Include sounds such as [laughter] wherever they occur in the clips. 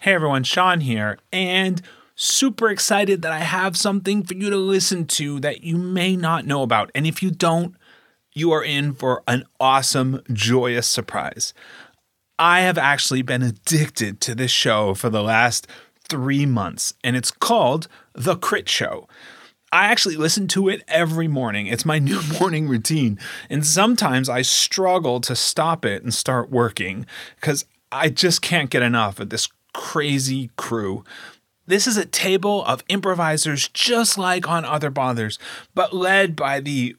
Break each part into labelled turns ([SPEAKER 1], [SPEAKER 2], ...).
[SPEAKER 1] Hey everyone, Sean here, and super excited that I have something for you to listen to that you may not know about. And if you don't, you are in for an awesome, joyous surprise. I have actually been addicted to this show for the last three months, and it's called The Crit Show. I actually listen to it every morning. It's my [laughs] new morning routine. And sometimes I struggle to stop it and start working because I just can't get enough of this crazy crew. This is a table of improvisers just like on Other Bothers, but led by the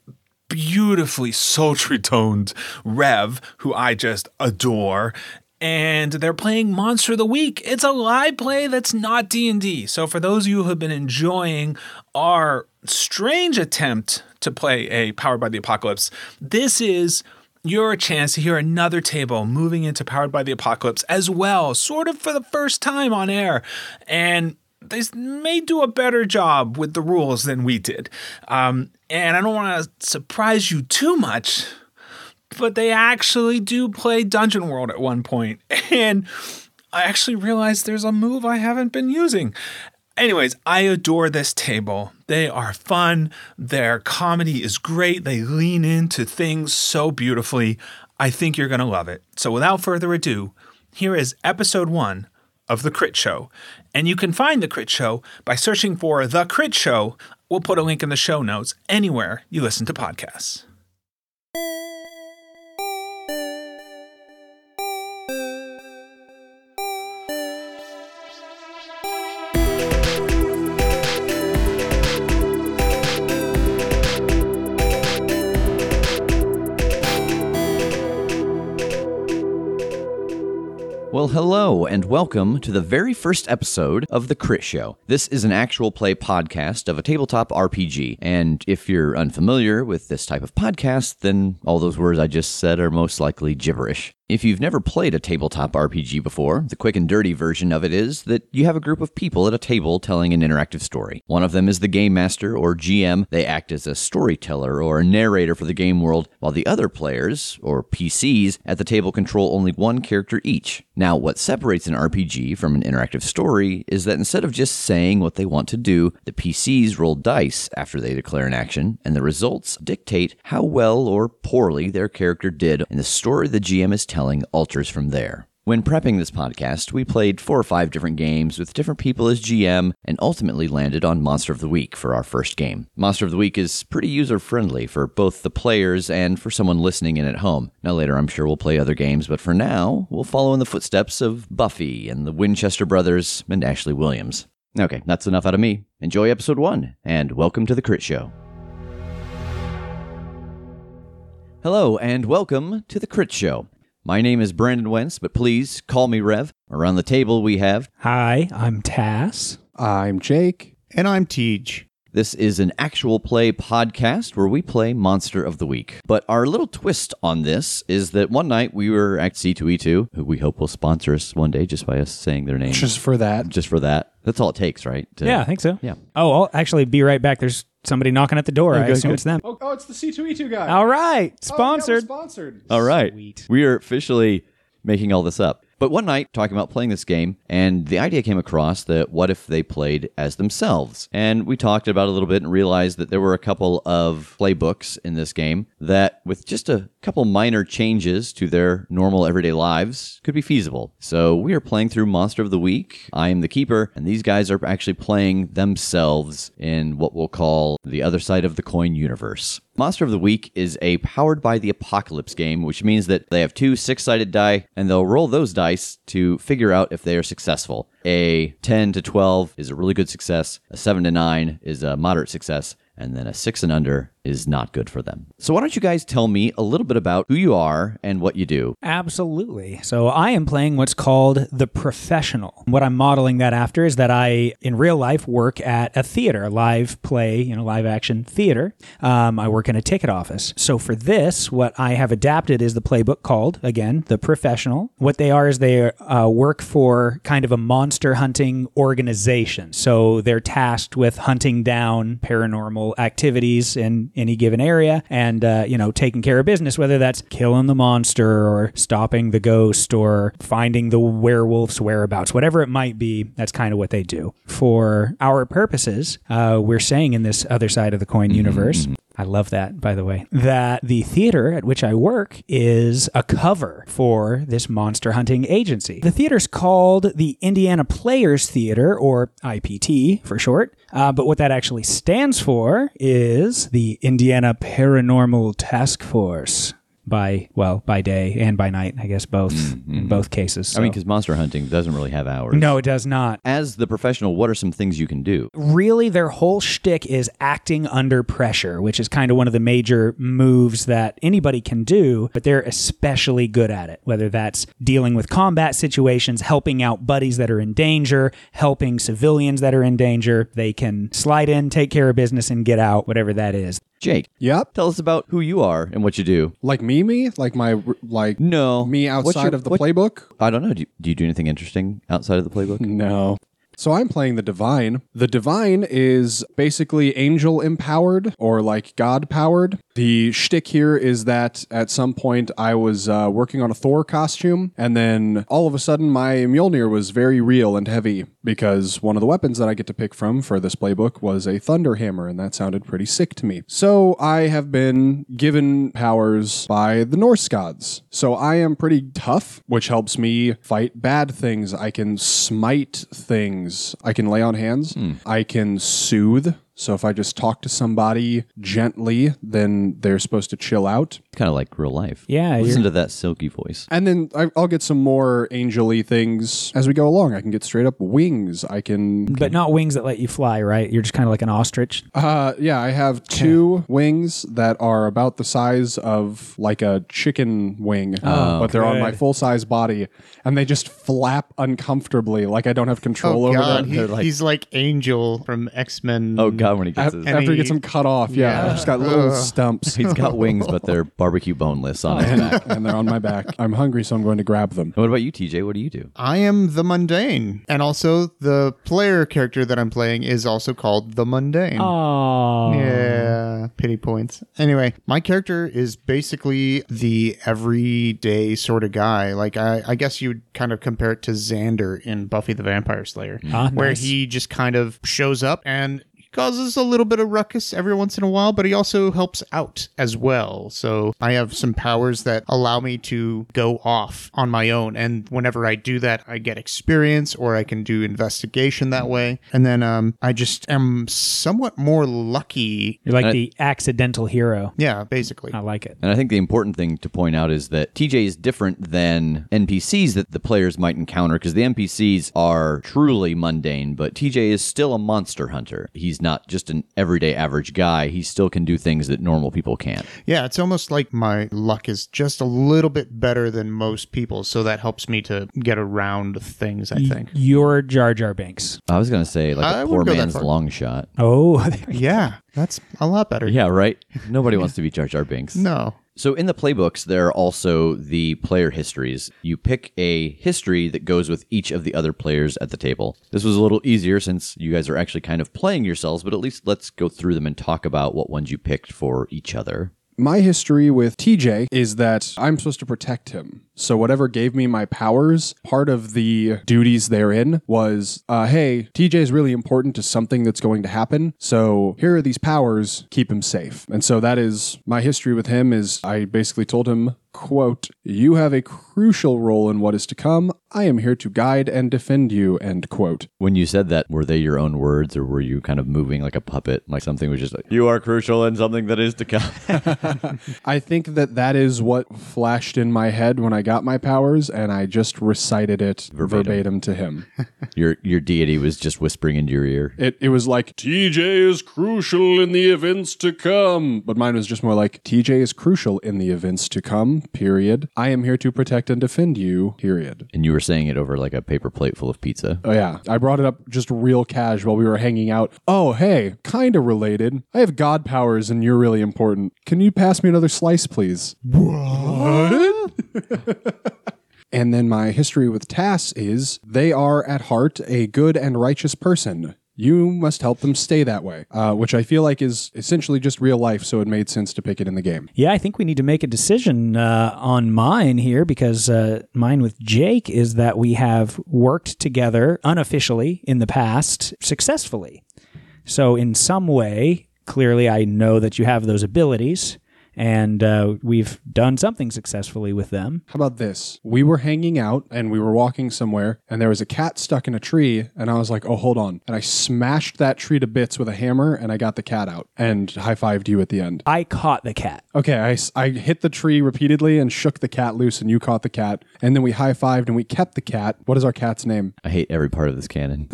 [SPEAKER 1] beautifully sultry toned Rev, who I just adore. And they're playing Monster of the Week. It's a live play that's not D&D. So for those of you who have been enjoying our strange attempt to play a Powered by the Apocalypse, this is your chance to hear another table moving into Powered by the Apocalypse as well, sort of for the first time on air. And they may do a better job with the rules than we did. Um, and I don't want to surprise you too much, but they actually do play Dungeon World at one point. [laughs] And I actually realized there's a move I haven't been using. Anyways, I adore this table. They are fun. Their comedy is great. They lean into things so beautifully. I think you're going to love it. So, without further ado, here is episode one of The Crit Show. And you can find The Crit Show by searching for The Crit Show. We'll put a link in the show notes anywhere you listen to podcasts.
[SPEAKER 2] Well, hello, and welcome to the very first episode of The Crit Show. This is an actual play podcast of a tabletop RPG. And if you're unfamiliar with this type of podcast, then all those words I just said are most likely gibberish. If you've never played a tabletop RPG before, the quick and dirty version of it is that you have a group of people at a table telling an interactive story. One of them is the game master or GM. They act as a storyteller or a narrator for the game world, while the other players, or PCs, at the table control only one character each. Now, what separates an RPG from an interactive story is that instead of just saying what they want to do, the PCs roll dice after they declare an action, and the results dictate how well or poorly their character did, and the story the GM is telling alters from there. When prepping this podcast, we played four or five different games with different people as GM and ultimately landed on Monster of the Week for our first game. Monster of the Week is pretty user friendly for both the players and for someone listening in at home. Now, later, I'm sure we'll play other games, but for now, we'll follow in the footsteps of Buffy and the Winchester Brothers and Ashley Williams. Okay, that's enough out of me. Enjoy episode one, and welcome to The Crit Show. Hello, and welcome to The Crit Show. My name is Brandon Wentz, but please call me Rev. Around the table, we have
[SPEAKER 3] Hi, I'm Tass.
[SPEAKER 4] I'm Jake.
[SPEAKER 5] And I'm Tej.
[SPEAKER 2] This is an actual play podcast where we play Monster of the Week. But our little twist on this is that one night we were at C2E2, who we hope will sponsor us one day just by us saying their name.
[SPEAKER 3] Just for that.
[SPEAKER 2] Just for that. That's all it takes, right? To-
[SPEAKER 3] Yeah, I think so.
[SPEAKER 2] Yeah.
[SPEAKER 3] Oh, I'll actually be right back. There's somebody knocking at the door. I
[SPEAKER 2] good,
[SPEAKER 3] assume
[SPEAKER 2] good.
[SPEAKER 3] it's them.
[SPEAKER 4] Oh, oh it's the C2E2 guy.
[SPEAKER 3] All right,
[SPEAKER 4] Oh, yeah, we're
[SPEAKER 3] sponsored.
[SPEAKER 4] sponsored.
[SPEAKER 2] All right.
[SPEAKER 3] Sweet.
[SPEAKER 2] We are officially making all this up. But one night, talking about playing this game, and the idea came across that what if they played as themselves? And we talked about it a little bit and realized that there were a couple of playbooks in this game that, with just a couple minor changes to their normal everyday lives, could be feasible. So we are playing through Monster of the Week. I am the keeper, and these guys are actually playing themselves in what we'll call the other side of the coin universe. Monster of the Week is a powered by the apocalypse game, which means that they have two six sided die and they'll roll those dice to figure out if they are successful. A 10 to 12 is a really good success, a 7 to 9 is a moderate success, and then a 6 and under is not good for them. So, why don't you guys tell me a little bit about who you are and what you do?
[SPEAKER 3] Absolutely. So I am playing what's called the professional. What I'm modeling that after is that I, in real life, work at a theater, live play, you know, live action theater. Um, I work in a ticket office. So for this, what I have adapted is the playbook called, again, the professional. What they are is they uh, work for kind of a monster hunting organization. So they're tasked with hunting down paranormal activities in any given area and, uh, you know, taking care of business, whether that's killing the monster or stopping the ghost or finding the werewolf's whereabouts, whatever it might be, that's kind of what they do. For our purposes, uh, we're saying in this other side of the coin universe, I love that, by the way, that the theater at which I work is a cover for this monster hunting agency. The theater's called the Indiana Players Theater, or IPT for short, uh, but what that actually stands for is the Indiana Paranormal Task Force. By well, by day and by night, I guess both in both cases.
[SPEAKER 2] Mm-hmm. I mean,
[SPEAKER 3] so-
[SPEAKER 2] because monster hunting doesn't really have hours.
[SPEAKER 3] no, it does not.
[SPEAKER 2] As the professional, what are some things you can do?
[SPEAKER 3] really their whole shtick is acting under pressure, which is kind of one of the major moves that anybody can do, but they're especially good at it. Whether that's dealing with combat situations, helping out buddies that are in danger, helping civilians that are in danger, they can slide in, take care of business, and get out, whatever that is.
[SPEAKER 2] Jake,
[SPEAKER 4] Yep.
[SPEAKER 2] tell us about who you are and what you do.
[SPEAKER 4] Like me, me? Like my, like
[SPEAKER 2] No.
[SPEAKER 4] me
[SPEAKER 2] What's
[SPEAKER 4] outside
[SPEAKER 2] your-
[SPEAKER 4] of the
[SPEAKER 2] what-
[SPEAKER 4] playbook?
[SPEAKER 2] I don't know. Do you, do you do anything interesting outside of the
[SPEAKER 3] [laughs]
[SPEAKER 2] playbook?
[SPEAKER 4] No. So I'm playing the divine. The divine is basically angel empowered or like god powered. The shtick here is that at some point I was uh, working on a Thor costume, and then all of a sudden my Mjolnir was very real and heavy because one of the weapons that I get to pick from for this playbook was a thunder hammer, and that sounded pretty sick to me. So I have been given powers by the Norse gods. So I am pretty tough, which helps me fight bad things. I can smite things. I can lay on hands. I can soothe. So if I just talk to somebody gently, then they're supposed to chill out.
[SPEAKER 2] kind of like real life.
[SPEAKER 3] Yeah,
[SPEAKER 2] Listen
[SPEAKER 3] you're- Um,
[SPEAKER 2] to that silky voice.
[SPEAKER 4] And then I- I'll get some more angel-y things as we go along. I can get straight up wings. I can
[SPEAKER 3] But not wings that let you fly, right? You're just kind of like an ostrich.
[SPEAKER 4] Uh, yeah, I have two wings that are about the size of like a chicken wing,
[SPEAKER 2] Oh,
[SPEAKER 4] but they're on my full size body, and they just flap uncomfortably, like I don't have control
[SPEAKER 5] Oh
[SPEAKER 4] over
[SPEAKER 5] God,
[SPEAKER 4] them.
[SPEAKER 5] he-
[SPEAKER 2] They're like-
[SPEAKER 5] he's like Angel from X Men.
[SPEAKER 2] Oh god, when he
[SPEAKER 4] A-
[SPEAKER 2] gets his,
[SPEAKER 5] And
[SPEAKER 4] After he
[SPEAKER 5] he-
[SPEAKER 4] gets them cut off, yeah, I've just got little stumps,
[SPEAKER 2] [laughs] he's
[SPEAKER 3] [laughs]
[SPEAKER 2] got wings, but they're barbecue boneless on
[SPEAKER 3] Oh,
[SPEAKER 2] his back.
[SPEAKER 4] and they're on my back. I'm hungry, so I'm going to grab them.
[SPEAKER 2] And what about you, TJ? What do you do?
[SPEAKER 5] I am the mundane, and also the player character that I'm playing is also called the mundane.
[SPEAKER 3] Oh,
[SPEAKER 5] Yeah, pity points. Anyway, my character is basically the everyday sort of guy. Like I, I guess you would kind of compare it to Xander in Buffy the Vampire Slayer,
[SPEAKER 3] Ah,
[SPEAKER 5] where
[SPEAKER 3] nice.
[SPEAKER 5] he just kind of shows up and causes a little bit of ruckus every once in a while, but he also helps out as well. So I have some powers that allow me to go off on my own. And whenever I do that, I get experience or I can do investigation that way. And then um, I just am somewhat more lucky.
[SPEAKER 3] You're like
[SPEAKER 2] I-
[SPEAKER 3] the accidental hero.
[SPEAKER 5] Yeah, basically.
[SPEAKER 3] I like it.
[SPEAKER 2] And I think the important thing to point out is that TJ is different than NPCs that the players might encounter because the NPCs are truly mundane, but TJ is still a monster hunter. He's not just an everyday average guy. He still can do things that normal people can't.
[SPEAKER 5] Yeah, it's almost like my luck is just a little bit better than most people. So that helps me to get around things, I think.
[SPEAKER 3] You're Jar Jar Banks.
[SPEAKER 2] I was gonna say like a
[SPEAKER 5] I
[SPEAKER 2] poor
[SPEAKER 5] wouldn't go that
[SPEAKER 2] man's
[SPEAKER 5] far.
[SPEAKER 2] long shot.
[SPEAKER 3] Oh, [laughs]
[SPEAKER 5] Yeah, that's a lot better.
[SPEAKER 2] Yeah, right.
[SPEAKER 5] [laughs]
[SPEAKER 2] Nobody wants to be Jar Jar Binks.
[SPEAKER 5] No.
[SPEAKER 2] So in the playbooks, there are also the player histories. You pick a history that goes with each of the other players at the table. This was a little easier since you guys are actually kind of playing yourselves, but at least let's go through them and talk about what ones you picked for each other.
[SPEAKER 4] My history with TJ is that I'm supposed to protect him. So, whatever gave me my powers, part of the duties therein was uh, hey, TJ is really important to something that's going to happen. So, here are these powers, keep him safe. And so, that is my history with him is I basically told him, quote, you have a crucial role in what is to come. I am here to guide and defend you, end quote.
[SPEAKER 2] When you said that, were they your own words or were you kind of moving like a puppet? Like something was just like, you are crucial in something that is to come.
[SPEAKER 5] [laughs]
[SPEAKER 4] I think that that is what flashed in my head when I got my powers, and I just recited it verbatim, to him. [laughs]
[SPEAKER 2] your, your deity was just whispering into your ear.
[SPEAKER 4] It, it was like, TJ is crucial in the events to come. But mine was just more like, TJ is crucial in the events to come, period. I am here to protect and defend you, period.
[SPEAKER 2] And you were saying it over like a paper plate full of pizza.
[SPEAKER 4] Oh, yeah. I brought it up just real cash while we were hanging out. Oh, hey, kind of related. I have god powers and you're really important. Can you pass me another slice, please? What? [laughs] and then my history with Tass is they are at heart a good and righteous person. You must help them stay that way, uh, which I feel like is essentially just real life, so it made sense to pick it in the game.
[SPEAKER 3] Yeah, I think we need to make a decision uh, on mine here because uh, mine with Jake is that we have worked together unofficially in the past successfully. So, in some way, clearly I know that you have those abilities and uh, we've done something successfully with them.
[SPEAKER 4] How about this? We were hanging out and we were walking somewhere, and there was a cat stuck in a tree, and I was like, oh, hold on. And I smashed that tree to bits with a hammer, and I got the cat out and high fived you at the end.
[SPEAKER 3] I caught the cat.
[SPEAKER 4] Okay, I, s- I hit the tree repeatedly and shook the cat loose, and you caught the cat. And then we high fived and we kept the cat. What is our cat's name?
[SPEAKER 2] I hate every part of this [laughs] canon.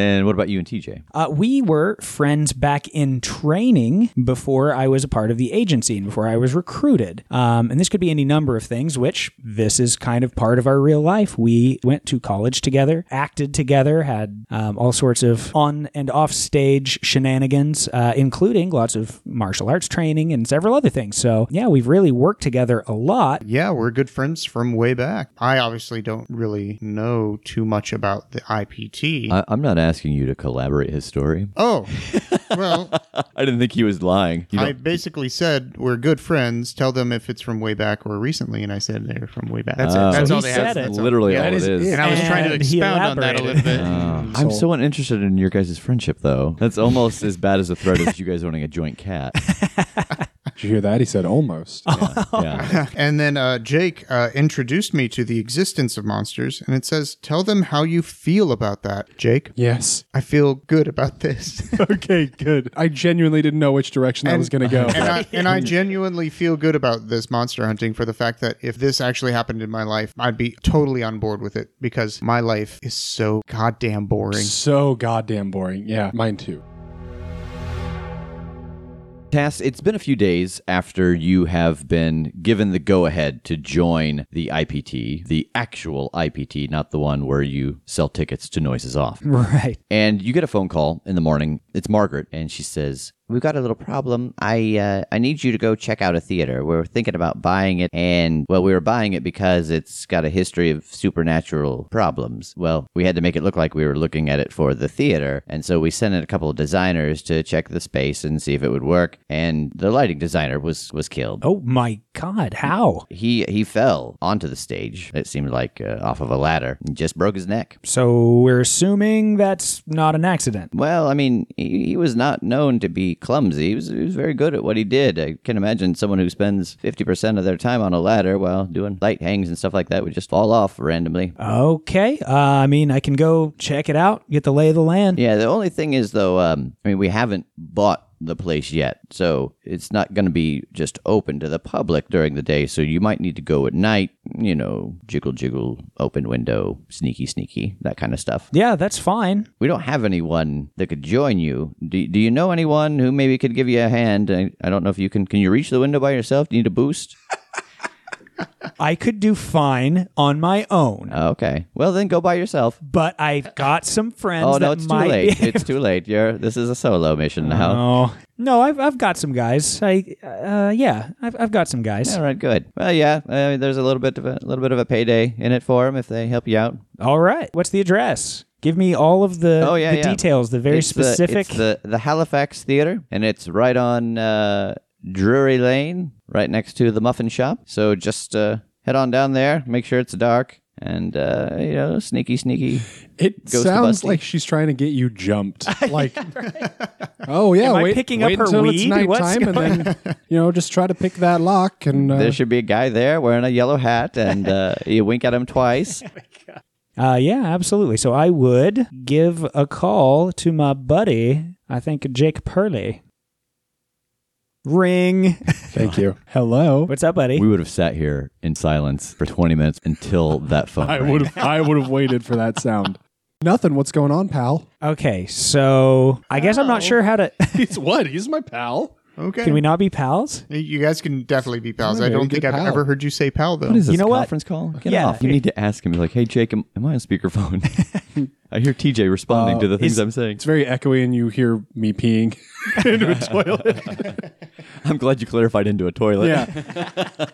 [SPEAKER 2] and what about you and TJ?
[SPEAKER 3] Uh, we were friends back in training before I was a part of the agency and before I was recruited. Um, and this could be any number of things, which this is kind of part of our real life. We went to college together, acted together, had um, all sorts of on and off stage shenanigans, uh, including lots of martial arts training and several other things. So, yeah, we've really worked together a lot. [laughs]
[SPEAKER 5] Yeah, we're good friends from way back. I obviously don't really know too much about the IPT.
[SPEAKER 2] I, I'm not asking you to collaborate his story.
[SPEAKER 5] oh, well,
[SPEAKER 2] [laughs] I didn't think he was lying. You
[SPEAKER 5] I
[SPEAKER 2] don't-
[SPEAKER 5] basically said we're good friends. Tell them if it's from way back or recently, and I said they're from way back. That's
[SPEAKER 2] Oh.
[SPEAKER 5] it. That's
[SPEAKER 3] So
[SPEAKER 5] all
[SPEAKER 3] he
[SPEAKER 5] they
[SPEAKER 3] said
[SPEAKER 5] had.
[SPEAKER 3] it.
[SPEAKER 5] That's all.
[SPEAKER 2] literally
[SPEAKER 5] Yeah,
[SPEAKER 2] all
[SPEAKER 5] that
[SPEAKER 2] it
[SPEAKER 5] is-
[SPEAKER 2] is. Uh,
[SPEAKER 5] And I was Mm, trying to
[SPEAKER 3] And he
[SPEAKER 5] expound on that a little bit.
[SPEAKER 2] I'm so uninterested in your guys' friendship, though. That's almost as bad as a threat as you guys owning a joint
[SPEAKER 5] [laughs]
[SPEAKER 2] cat.
[SPEAKER 4] Did you hear that? He said almost.
[SPEAKER 5] Oh.
[SPEAKER 2] Yeah.
[SPEAKER 5] And then uh, Jake uh, introduced me to the existence of monsters, and it says, "Tell them how you feel about that, Jake."
[SPEAKER 4] yes.
[SPEAKER 5] I feel good about this.
[SPEAKER 4] Okay, good. I genuinely didn't know which direction that was going to go.
[SPEAKER 5] and, I, and
[SPEAKER 4] [laughs]
[SPEAKER 5] I genuinely feel good about this monster hunting for the fact that if this actually happened in my life, I'd be totally on board with it because my life is so goddamn boring.
[SPEAKER 4] so goddamn boring. Yeah, mine too.
[SPEAKER 2] Tass, it's been a few days after you have been given the go ahead to join the IPT, the actual IPT, not the one where you sell tickets to Noises Off.
[SPEAKER 3] Right.
[SPEAKER 2] And you get a phone call in the morning. It's Margaret, and she says, "We've got a little problem. I uh, I need you to go check out a theater. We're thinking about buying it, and well, we were buying it because it's got a history of supernatural problems. Well, we had to make it look like we were looking at it for the theater, and so we sent in a couple of designers to check the space and see if it would work. And the lighting designer was was killed.
[SPEAKER 3] Oh my God, how?
[SPEAKER 2] He he fell onto the stage. It seemed like uh, off of a ladder and just broke his neck.
[SPEAKER 3] So we're assuming that's not an accident.
[SPEAKER 2] Well, I mean, he, he was not known to be clumsy. He was, he was very good at what he did. I can imagine someone who spends 50% of their time on a ladder while doing light hangs and stuff like that would just fall off
[SPEAKER 3] [laughs]
[SPEAKER 2] randomly.
[SPEAKER 3] Okay. Uh, I mean, I can go check it out, get the lay of the land.
[SPEAKER 2] Yeah, the only thing is, though, um, I mean, we haven't bought the place yet, so it's not going to be just open to the public during the day, so you might need to go at night, you know, jiggle, jiggle, open window, sneaky, sneaky, that kind of stuff.
[SPEAKER 3] Yeah, that's fine.
[SPEAKER 2] we don't have anyone that could join you. Do, do you know anyone who maybe could give you a hand? I, I don't know if you can. Can you reach the window by yourself? Do you need a
[SPEAKER 3] [laughs]
[SPEAKER 2] boost?
[SPEAKER 3] I could do fine on my own,
[SPEAKER 2] Oh, okay. Well, then go by yourself.
[SPEAKER 3] but I've got some friends.
[SPEAKER 2] Oh no,
[SPEAKER 3] that
[SPEAKER 2] it's too
[SPEAKER 3] might
[SPEAKER 2] late.
[SPEAKER 3] Be-
[SPEAKER 2] It's too late. You're this is a solo mission now.
[SPEAKER 3] [laughs] no, no, I've I've got some guys. I uh, yeah, I've I've got some guys.
[SPEAKER 2] All right, good. Well, yeah, uh, there's a little bit of a little bit of a payday in it for them if they help you out.
[SPEAKER 3] All right. What's the address? Give me all of the
[SPEAKER 2] Oh yeah,
[SPEAKER 3] the
[SPEAKER 2] yeah.
[SPEAKER 3] details, the very
[SPEAKER 2] It's the-
[SPEAKER 3] specific.
[SPEAKER 2] it's The, the Halifax Theater, and it's right on uh, Drury Lane, right next to the Muffin Shop. So just uh, head on down there, make sure it's dark, and uh, you know, sneaky, sneaky.
[SPEAKER 4] It
[SPEAKER 2] Goes to
[SPEAKER 4] sounds
[SPEAKER 2] Busty.
[SPEAKER 4] like she's trying to get you [laughs] jumped. Like, oh yeah,
[SPEAKER 3] Am I
[SPEAKER 4] wait,
[SPEAKER 3] picking up
[SPEAKER 4] wait
[SPEAKER 3] her
[SPEAKER 4] until it's
[SPEAKER 3] weed? What's
[SPEAKER 4] nighttime, and then you know, just try to pick that lock. And uh,
[SPEAKER 2] There
[SPEAKER 4] [laughs]
[SPEAKER 2] should be a guy there wearing a yellow hat, and uh, [laughs] you wink at him twice.
[SPEAKER 3] Uh, yeah, absolutely. So I would give a call to my buddy, I think Jake Purley. Ring. [laughs]
[SPEAKER 4] thank you. Hello.
[SPEAKER 3] What's up, buddy?
[SPEAKER 2] [laughs] We would have sat here in silence for 20 minutes until that phone.
[SPEAKER 4] [laughs] I
[SPEAKER 2] rang.
[SPEAKER 4] would have. I would have waited for that sound. Nothing. What's going on, pal?
[SPEAKER 3] Okay, so I guess I'm not sure how to. [laughs]
[SPEAKER 4] He's what? He's my pal.
[SPEAKER 5] Okay.
[SPEAKER 3] Can we not be pals?
[SPEAKER 5] you guys can definitely be pals.
[SPEAKER 4] We're
[SPEAKER 5] I
[SPEAKER 4] very
[SPEAKER 5] don't think
[SPEAKER 4] good
[SPEAKER 5] I've
[SPEAKER 4] pal.
[SPEAKER 5] ever heard you say pal though.
[SPEAKER 2] [laughs] What is this
[SPEAKER 3] You know what?
[SPEAKER 2] conference call? Get
[SPEAKER 3] Yeah.
[SPEAKER 2] off. You need to ask him. Like, hey, Jake, am, am I on speakerphone? [laughs] I hear TJ responding to the
[SPEAKER 4] Uh,
[SPEAKER 2] things I'm saying.
[SPEAKER 4] It's very echoey, and you hear me peeing [laughs] into a toilet.
[SPEAKER 2] I'm glad you clarified into a toilet.
[SPEAKER 4] [laughs] Yeah. [laughs]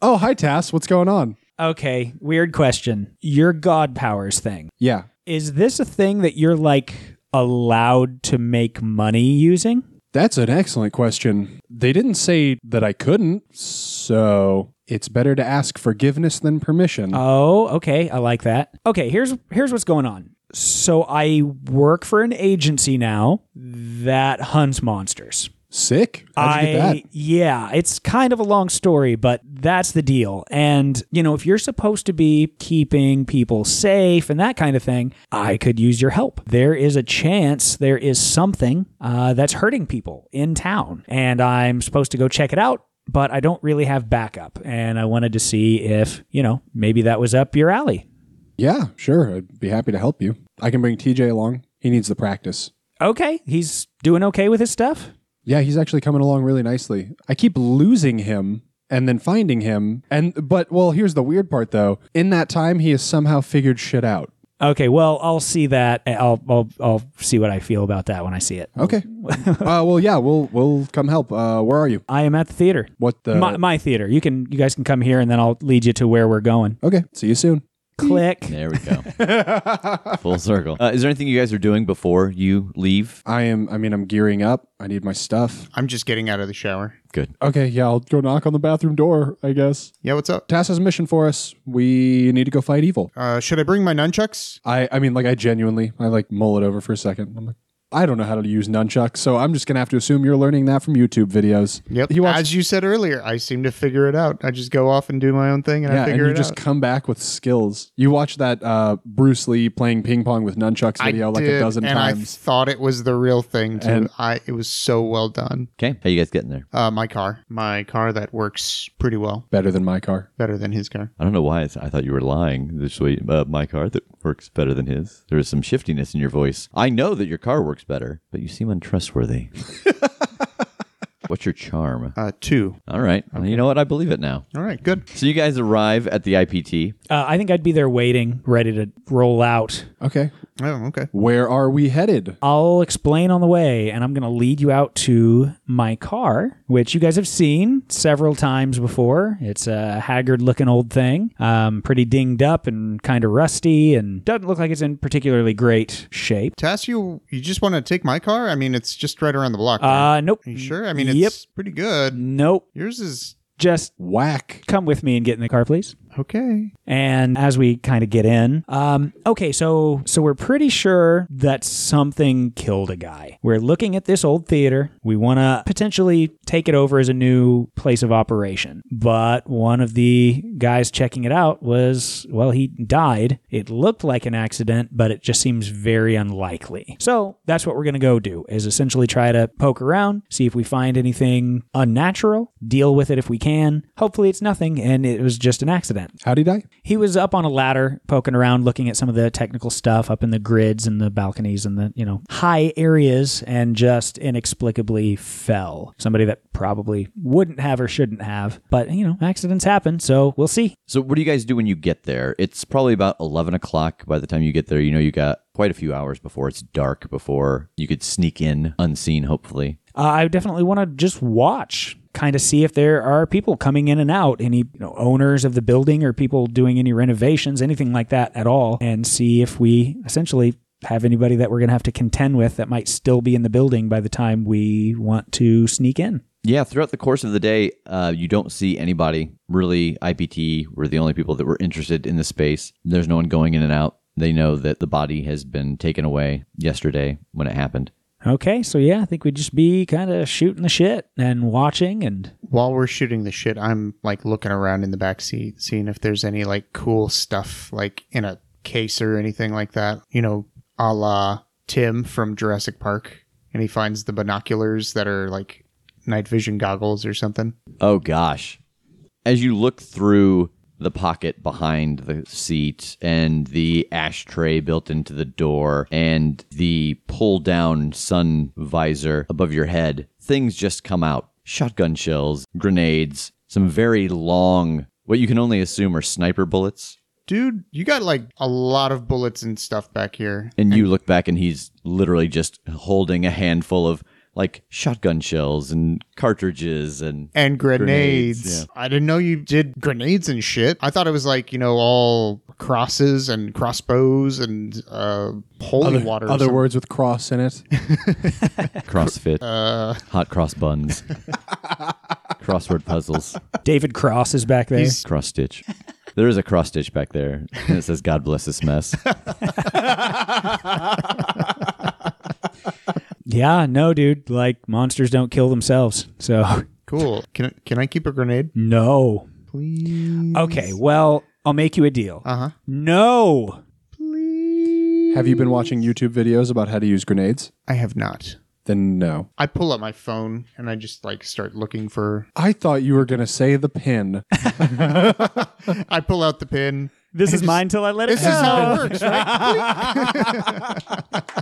[SPEAKER 4] oh, hi, Tass. What's going on?
[SPEAKER 3] Okay, weird question. Your god powers thing.
[SPEAKER 4] Yeah.
[SPEAKER 3] Is this a thing that you're like allowed to make money using?
[SPEAKER 4] That's an excellent question. They didn't say that I couldn't, so it's better to ask forgiveness than permission.
[SPEAKER 3] Oh, okay. I like that. Okay, here's here's what's going on. So I work for an agency now that hunts monsters.
[SPEAKER 4] Sick. How'd you
[SPEAKER 3] I
[SPEAKER 4] get that?
[SPEAKER 3] yeah, it's kind of a long story, but that's the deal. And you know, if you're supposed to be keeping people safe and that kind of thing, I could use your help. There is a chance there is something uh, that's hurting people in town, and I'm supposed to go check it out. But I don't really have backup, and I wanted to see if you know maybe that was up your alley.
[SPEAKER 4] Yeah, sure. I'd be happy to help you. I can bring TJ along. He needs the practice.
[SPEAKER 3] Okay, he's doing okay with his stuff.
[SPEAKER 4] Yeah, he's actually coming along really nicely. I keep losing him and then finding him. And but well, here's the weird part though. In that time he has somehow figured shit out.
[SPEAKER 3] Okay, well, I'll see that. I'll I'll, I'll see what I feel about that when I see it. [laughs]
[SPEAKER 4] Okay. uh, well, yeah, we'll we'll come help. Uh, where are you?
[SPEAKER 3] I am at the theater.
[SPEAKER 4] What the?
[SPEAKER 3] my, my theater. You can you guys can come here and then I'll lead you to where we're going.
[SPEAKER 4] okay. See you soon. [laughs]
[SPEAKER 3] Click.
[SPEAKER 2] There we go. Full circle. Uh, is there anything you guys are doing before you leave?
[SPEAKER 4] I am. I mean, I'm gearing up. I need my stuff.
[SPEAKER 5] I'm just getting out of the shower.
[SPEAKER 2] Good.
[SPEAKER 4] Okay. Yeah, I'll go knock on the bathroom door. I guess.
[SPEAKER 5] Yeah, what's up?
[SPEAKER 4] Tass has a mission for us. We need to go fight evil.
[SPEAKER 5] Uh, should I bring my nunchucks?
[SPEAKER 4] I. I mean, like, I genuinely. I like mull it over for a second. I'm like. I don't know how to use nunchucks, so I'm just gonna have to assume you're learning that from YouTube videos.
[SPEAKER 5] Yep.
[SPEAKER 4] He wants,
[SPEAKER 5] As you said earlier, I seem to figure it out. I just go off and do my own thing and I
[SPEAKER 4] yeah, and
[SPEAKER 5] figure
[SPEAKER 4] you
[SPEAKER 5] it
[SPEAKER 4] just
[SPEAKER 5] out.
[SPEAKER 4] come back with skills. You watch that uh, Bruce Lee playing ping pong with nunchucks video
[SPEAKER 5] I
[SPEAKER 4] like
[SPEAKER 5] did,
[SPEAKER 4] a dozen
[SPEAKER 5] and I
[SPEAKER 4] times.
[SPEAKER 5] thought it was the real thing too.
[SPEAKER 4] And-
[SPEAKER 5] I it was so well done.
[SPEAKER 2] Okay. How you guys getting there?
[SPEAKER 5] Uh, my car, my car that works pretty well,
[SPEAKER 4] Better than my car.
[SPEAKER 5] better than his car.
[SPEAKER 2] I don't know why. It's, I thought you were lying. This way, uh, my car that works better than his. There is some shiftiness in your voice. I know that your car works better, but you seem untrustworthy. What's your charm?
[SPEAKER 5] Uh, two.
[SPEAKER 2] All right. Well, you know what? I believe it now.
[SPEAKER 5] All right, good.
[SPEAKER 2] So you guys arrive at the IPT.
[SPEAKER 3] Uh, I think I'd be there waiting, ready to roll out.
[SPEAKER 4] Okay,
[SPEAKER 5] Oh, okay.
[SPEAKER 4] where are we headed?
[SPEAKER 3] I'll explain on the way, and I'm going to lead you out to my car, which you guys have seen several times before. It's a haggard looking old thing, um, pretty dinged up and kind of rusty, and doesn't look like it's in particularly great shape.
[SPEAKER 5] Tass, you you just want to take my car? I mean, it's just right around the block.
[SPEAKER 3] Uh, nope.
[SPEAKER 5] right? you sure? I mean, it's
[SPEAKER 3] yep.
[SPEAKER 5] pretty good.
[SPEAKER 3] Nope.
[SPEAKER 5] Yours is
[SPEAKER 3] Just
[SPEAKER 4] Whack.
[SPEAKER 3] come with me and get in the car, please.
[SPEAKER 5] okay.
[SPEAKER 3] And as we kind of get in, um, okay, so so we're pretty sure that something killed a guy. We're looking at this old theater. We want to potentially take it over as a new place of operation. But one of the guys checking it out was well, he died. It looked like an accident, but it just seems very unlikely. So that's what we're gonna go do is essentially try to poke around, see if we find anything unnatural, deal with it if we can. Hopefully, it's nothing, and it was just an accident.
[SPEAKER 4] How'd he die?
[SPEAKER 3] He was up on a ladder, poking around, looking at some of the technical stuff up in the grids and the balconies and the, you know, high areas, and just inexplicably fell. Somebody that probably wouldn't have or shouldn't have. But, you know, accidents happen, so we'll see.
[SPEAKER 2] So what do you guys do when you get there? It's probably about eleven o'clock by the time you get there. You know you got quite a few hours before it's dark before you could sneak in unseen, hopefully.
[SPEAKER 3] Uh, I definitely want to just watch, kind of see if there are people coming in and out, any you know, owners of the building or people doing any renovations, anything like that at all, and see if we essentially have anybody that we're going to have to contend with that might still be in the building by the time we want to sneak in.
[SPEAKER 2] Yeah, throughout the course of the day, uh, you don't see anybody really. IPT were the only people that were interested in the space. There's no one going in and out. They know that the body has been taken away yesterday when it happened.
[SPEAKER 3] Okay, so yeah, I think we'd just be kind of shooting the shit and watching and
[SPEAKER 5] While we're shooting the shit, I'm like looking around in the back seat, seeing if there's any like cool stuff like in a case or anything like that. You know, a la Tim from Jurassic Park, and he finds the binoculars that are like night vision goggles or something.
[SPEAKER 2] Oh gosh. As you look through the pocket behind the seat and the ashtray built into the door and the pull down sun visor above your head, things just come out. Shotgun shells, grenades, some very long, what you can only assume are sniper bullets.
[SPEAKER 5] Dude, you got like a lot of bullets and stuff back here.
[SPEAKER 2] And you look back and he's literally just holding a handful of like shotgun shells and cartridges and
[SPEAKER 5] and grenades.
[SPEAKER 2] Grenades, yeah.
[SPEAKER 5] I didn't know you did grenades and shit. I thought it was like you know all crosses and crossbows and uh, holy
[SPEAKER 4] Other,
[SPEAKER 5] water. or
[SPEAKER 4] other
[SPEAKER 5] something.
[SPEAKER 4] words with cross in it.
[SPEAKER 2] CrossFit, hot cross buns, crossword puzzles,
[SPEAKER 3] David Cross is back there.
[SPEAKER 2] cross stitch. There is a cross stitch back there, and it says "God bless this mess."
[SPEAKER 3] yeah, no, dude, like monsters don't kill themselves. So [laughs]
[SPEAKER 5] Cool. Can can I keep a grenade?
[SPEAKER 3] no. Please. Okay, well, I'll make you a deal. Uh
[SPEAKER 5] Uh-huh.
[SPEAKER 3] huh. No.
[SPEAKER 4] Have you been watching YouTube videos about how to use grenades?
[SPEAKER 5] I have not.
[SPEAKER 4] Then no.
[SPEAKER 5] I pull up my phone and I just like start looking for.
[SPEAKER 4] I thought you were gonna say the pin. [laughs]
[SPEAKER 5] I pull out the pin.
[SPEAKER 4] [laughs]
[SPEAKER 3] This is mine till I let it
[SPEAKER 5] [laughs] This is how it works,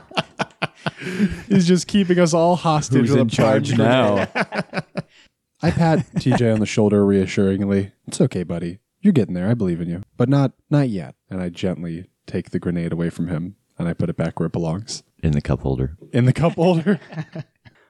[SPEAKER 5] right?
[SPEAKER 4] He's just keeping us all hostage.
[SPEAKER 2] Who's
[SPEAKER 4] with a
[SPEAKER 2] in charge
[SPEAKER 4] primed grenade.
[SPEAKER 2] now?
[SPEAKER 4] [laughs] I pat TJ on the shoulder reassuringly. It's okay, buddy. You're getting there. I believe in you, but not not yet. And I gently take the grenade away from him and I put it back where it belongs
[SPEAKER 2] In the cup holder.
[SPEAKER 4] in the cup
[SPEAKER 2] [laughs]
[SPEAKER 4] holder.
[SPEAKER 3] [laughs]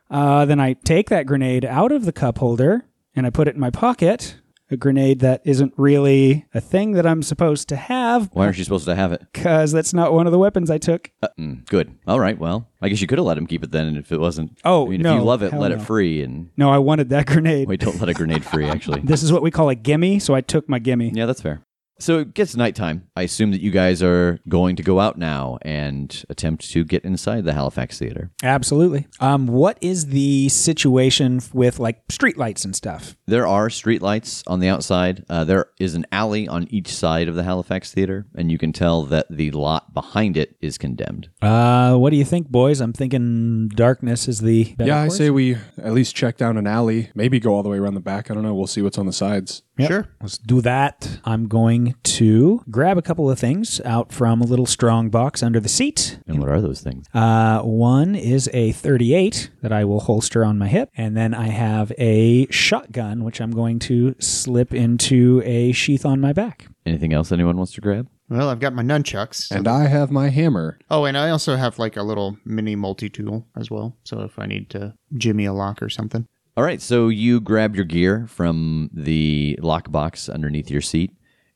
[SPEAKER 3] Uh, then I take that grenade out of the cup holder and I put it in my pocket. A grenade that isn't really a thing that I'm supposed to have
[SPEAKER 2] Why aren't you supposed to have it?
[SPEAKER 3] because that's not one of the weapons I took.
[SPEAKER 2] Mm, good. All right. Well, I guess you could have let him keep it then, if it wasn't.
[SPEAKER 3] Oh,
[SPEAKER 2] I mean,
[SPEAKER 3] no,
[SPEAKER 2] if you love it,
[SPEAKER 3] hell
[SPEAKER 2] let it
[SPEAKER 3] no.
[SPEAKER 2] free, and
[SPEAKER 3] No, I wanted that [laughs] grenade.
[SPEAKER 2] wait, don't let a grenade free. Actually,
[SPEAKER 3] [laughs] This is what we call a gimme, so I took my gimme.
[SPEAKER 2] Yeah, that's fair. So it gets nighttime. I assume that you guys are going to go out now and attempt to get inside the Halifax Theater.
[SPEAKER 3] Absolutely. Um, what is the situation with like streetlights and stuff?
[SPEAKER 2] There are streetlights on the outside. Uh, there is an alley on each side of the Halifax Theater, and you can tell that the lot behind it is condemned.
[SPEAKER 3] Uh, what do you think, boys? I'm thinking darkness is the better
[SPEAKER 4] yeah, I
[SPEAKER 3] course.
[SPEAKER 4] say we at least check down an alley. Maybe go all the way around the back. I don't know. We'll see what's on the sides.
[SPEAKER 5] Sure.
[SPEAKER 3] Let's do that. I'm going to grab a couple of things out from a little strong box under the seat.
[SPEAKER 2] And what are those things?
[SPEAKER 3] Uh, one is a 38 that I will holster on my hip, and then I have a shotgun which I'm going to slip into a sheath on my back.
[SPEAKER 2] Anything else anyone wants to grab?
[SPEAKER 5] Well, I've got my nunchucks.
[SPEAKER 4] And I have my hammer.
[SPEAKER 5] oh, and I also have like a little mini multi tool as well. So if I need to jimmy a lock or something.
[SPEAKER 2] All right, so you grab your gear from the lockbox underneath your seat,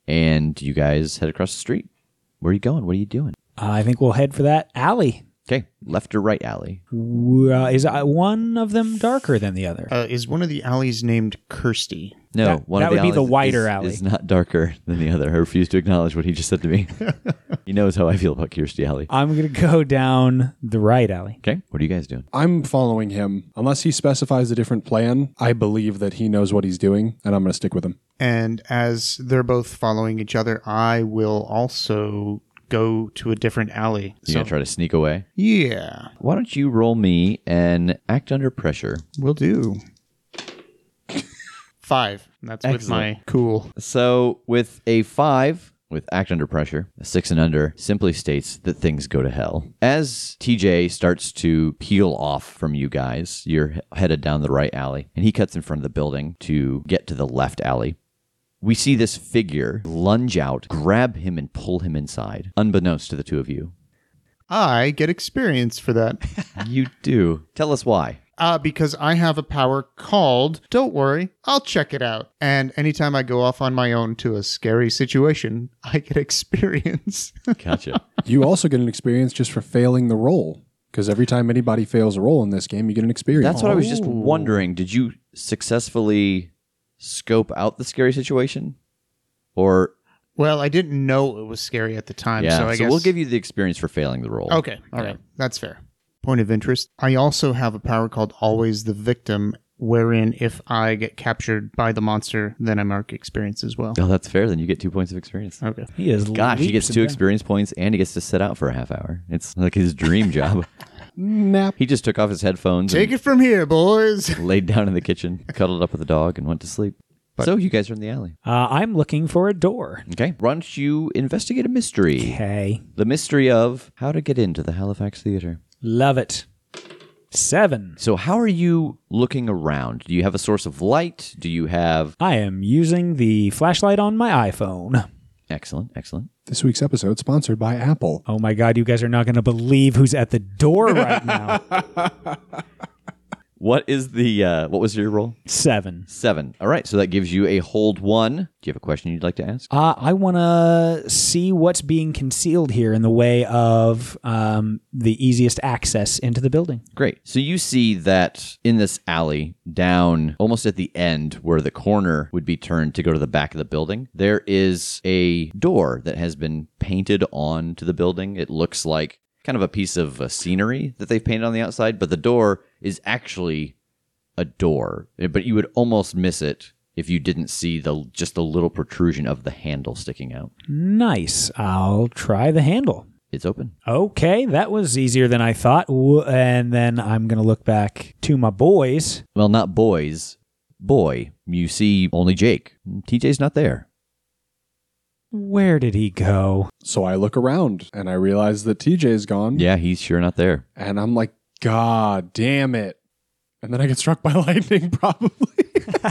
[SPEAKER 2] and you guys head across the street. Where are you going? What are you doing?
[SPEAKER 3] I think we'll head for that alley.
[SPEAKER 2] Okay, left or right alley?
[SPEAKER 3] W- Uh, is uh, one of them darker than the other?
[SPEAKER 5] Uh, is one of the alleys named Kirsty?
[SPEAKER 2] No,
[SPEAKER 3] That-
[SPEAKER 2] one
[SPEAKER 3] that
[SPEAKER 2] of the
[SPEAKER 3] would be the
[SPEAKER 2] alleys is-
[SPEAKER 3] wider
[SPEAKER 2] is-
[SPEAKER 3] alley.
[SPEAKER 2] Is not darker than the other. I refuse to acknowledge what he just said to
[SPEAKER 3] [laughs]
[SPEAKER 2] me. he knows how I feel about Kirstie Alley.
[SPEAKER 3] I'm gonna go down the right alley.
[SPEAKER 2] Okay, what are you guys doing?
[SPEAKER 4] I'm following him. Unless he specifies a different plan, I believe that he knows what he's doing, and I'm going to stick with him.
[SPEAKER 5] And as they're both following each other, I will also go to a different alley.
[SPEAKER 2] You gonna try to sneak away?
[SPEAKER 5] Yeah,
[SPEAKER 2] Why don't you roll me and act under pressure?
[SPEAKER 5] we'll do. [laughs] Five. That's with my cool.
[SPEAKER 2] So with a five, with act under pressure, a six and under simply states that things go to hell. As TJ starts to peel off from you guys, you're he- headed down the right alley, and he cuts in front of the building to get to the left alley. We see this figure lunge out, grab him, and pull him inside, unbeknownst to the two of you.
[SPEAKER 5] I get experience for that [laughs]
[SPEAKER 2] you do. Tell us why.
[SPEAKER 5] uh, because I have a power called, don't worry, I'll check it out. And anytime I go off on my own to a scary situation, [laughs] I get experience. [laughs]
[SPEAKER 2] Gotcha.
[SPEAKER 4] You also get an experience just for failing the roll, because every time anybody fails a roll in this game, you get an experience.
[SPEAKER 5] Oh.
[SPEAKER 2] That's what I was just wondering. Did you successfully scope out the scary situation? Or
[SPEAKER 5] Well, I didn't know it was scary at the time,
[SPEAKER 2] yeah,
[SPEAKER 5] so
[SPEAKER 2] so,
[SPEAKER 5] I guess
[SPEAKER 2] we'll give you the experience for failing the role.
[SPEAKER 5] [laughs] Okay, all right, that's fair. Point of interest: I also have a power called Always the Victim, wherein if I get captured by the monster, then I mark experience as well.
[SPEAKER 2] Oh, that's fair. Then you get two points of experience.
[SPEAKER 5] Okay,
[SPEAKER 3] He is
[SPEAKER 2] Gosh, he
[SPEAKER 3] leaps
[SPEAKER 2] gets
[SPEAKER 3] and
[SPEAKER 2] two
[SPEAKER 3] bounds.
[SPEAKER 2] experience points and he gets to sit out for a half hour. It's like his dream
[SPEAKER 5] [laughs]
[SPEAKER 2] job.
[SPEAKER 4] Nap.
[SPEAKER 2] he just took off his headphones,
[SPEAKER 5] take
[SPEAKER 2] and
[SPEAKER 5] it from here, boys.
[SPEAKER 2] [laughs] laid down in the kitchen, cuddled up with the dog, and went to sleep. so you guys are in the alley.
[SPEAKER 3] Uh, I'm looking for a door.
[SPEAKER 2] Okay. Why don't you investigate a mystery?
[SPEAKER 3] Okay.
[SPEAKER 2] The mystery of how to get into the Halifax Theater.
[SPEAKER 3] Love it. Seven.
[SPEAKER 2] So, how are you looking around? Do you have a source of light? Do you have.
[SPEAKER 3] I am using the flashlight on my iPhone.
[SPEAKER 2] Excellent, excellent.
[SPEAKER 4] This week's episode sponsored by Apple.
[SPEAKER 3] Oh my God, you guys are not going to believe who's at the door right now.
[SPEAKER 2] What is the. Uh, what was your roll?
[SPEAKER 3] Seven.
[SPEAKER 2] Seven. All right. So that gives you a hold one. Do you have a question you'd like to ask?
[SPEAKER 3] Uh, I want to see what's being concealed here in the way of um, the easiest access into the building.
[SPEAKER 2] Great. So you see that in this alley down almost at the end where the corner would be turned to go to the back of the building, there is a door that has been painted on to the building. It looks like kind of a piece of uh, scenery that they've painted on the outside, but the door is actually a door. eh, But you would almost miss it if you didn't see the just the little protrusion of the handle sticking out.
[SPEAKER 3] Nice. I'll try the handle.
[SPEAKER 2] It's open.
[SPEAKER 3] Okay, that was easier than I thought. W- And then I'm going to look back to my boys.
[SPEAKER 2] Well, not boys. Boy, you see only Jake. TJ's not there.
[SPEAKER 3] Where did he go?
[SPEAKER 4] So I look around and I realize that TJ's gone.
[SPEAKER 2] Yeah, he's sure not there.
[SPEAKER 4] And I'm like, God damn it. And then I get struck by [laughs] lightning, probably. [laughs]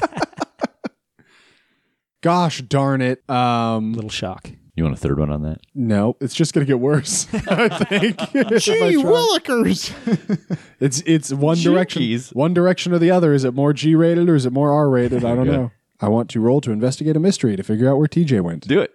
[SPEAKER 4] Gosh darn it. Um,
[SPEAKER 3] Little shock.
[SPEAKER 2] You want a third one on that?
[SPEAKER 4] no, it's just going to get worse, [laughs] I think. if I
[SPEAKER 5] Gee,
[SPEAKER 4] try.
[SPEAKER 5] Willikers!
[SPEAKER 4] It's it's one
[SPEAKER 2] Cheekies.
[SPEAKER 4] direction one direction or the other. Is it more G rated or is it more R rated? I don't
[SPEAKER 2] Okay.
[SPEAKER 4] know. I want to roll to investigate a mystery to figure out where TJ went.
[SPEAKER 2] Do it.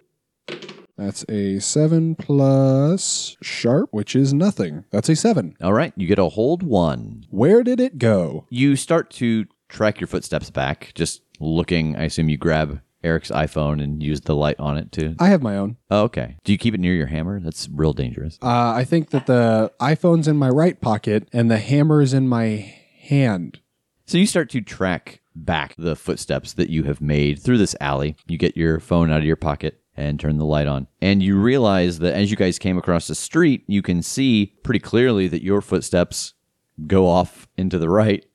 [SPEAKER 4] That's a seven plus sharp, which is nothing. That's a seven.
[SPEAKER 2] All right, you get a hold one.
[SPEAKER 4] Where did it go?
[SPEAKER 2] You start to track your footsteps back, just looking. I assume you grab Eric's iPhone and use the light on it to.
[SPEAKER 4] I have my own.
[SPEAKER 2] Oh, okay. Do you keep it near your hammer? That's real dangerous.
[SPEAKER 4] Uh, I think that the iPhone's in my right pocket and the hammer is in my hand.
[SPEAKER 2] So you start to track back the footsteps that you have made through this alley. You get your phone out of your pocket and turn the light on. And you realize that as you guys came across the street, you can see pretty clearly that your footsteps go off into the right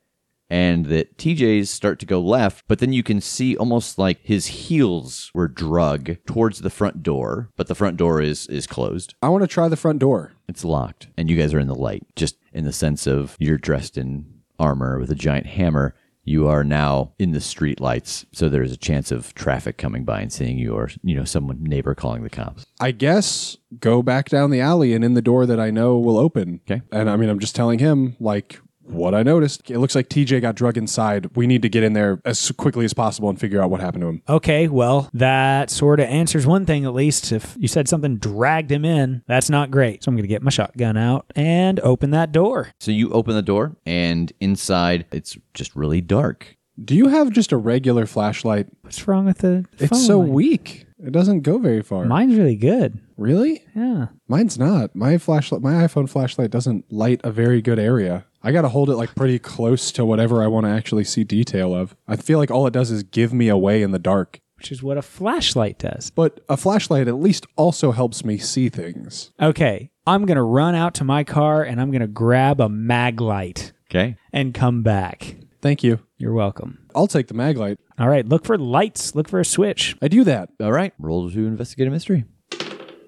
[SPEAKER 2] and that TJ's start to go left, but then you can see almost like his heels were drug towards the front door, but the front door is is closed.
[SPEAKER 4] I want to try the front door.
[SPEAKER 2] It's locked, and you guys are in the light, just in the sense of you're dressed in armor with a giant hammer. You are now in the street lights, so there's a chance of traffic coming by and seeing you or, you know, someone neighbor calling the cops.
[SPEAKER 4] I guess go back down the alley and in the door that I know will open.
[SPEAKER 2] Okay.
[SPEAKER 4] And I mean, I'm just telling him like what I noticed. It looks like TJ got drug inside. We need to get in there as quickly as possible and figure out what happened to him.
[SPEAKER 3] Okay, well, that sort of answers one thing at least. If you said something dragged him in, that's not great. So I'm going to get my shotgun out and open that door.
[SPEAKER 2] So you open the door, and inside it's just really dark.
[SPEAKER 4] Do you have just a regular flashlight?
[SPEAKER 3] What's wrong with the
[SPEAKER 4] It's
[SPEAKER 3] phone
[SPEAKER 4] so
[SPEAKER 3] line?
[SPEAKER 4] weak. It doesn't go very far.
[SPEAKER 3] Mine's really good.
[SPEAKER 4] really?
[SPEAKER 3] Yeah.
[SPEAKER 4] Mine's not. My flashlight, my iPhone flashlight doesn't light a very good area. I got to hold it like pretty close to whatever I want to actually see detail of. I feel like all it does is give me away in the dark.
[SPEAKER 3] Which is what a flashlight does.
[SPEAKER 4] But a flashlight at least also helps me see things.
[SPEAKER 3] Okay, I'm going to run out to my car and I'm going to grab a mag light
[SPEAKER 2] Okay.
[SPEAKER 3] and come back.
[SPEAKER 4] Thank you.
[SPEAKER 3] You're welcome.
[SPEAKER 4] I'll take the mag light.
[SPEAKER 3] All right, look for lights, look for a switch.
[SPEAKER 4] I do that.
[SPEAKER 2] All right. Roll to investigate a mystery.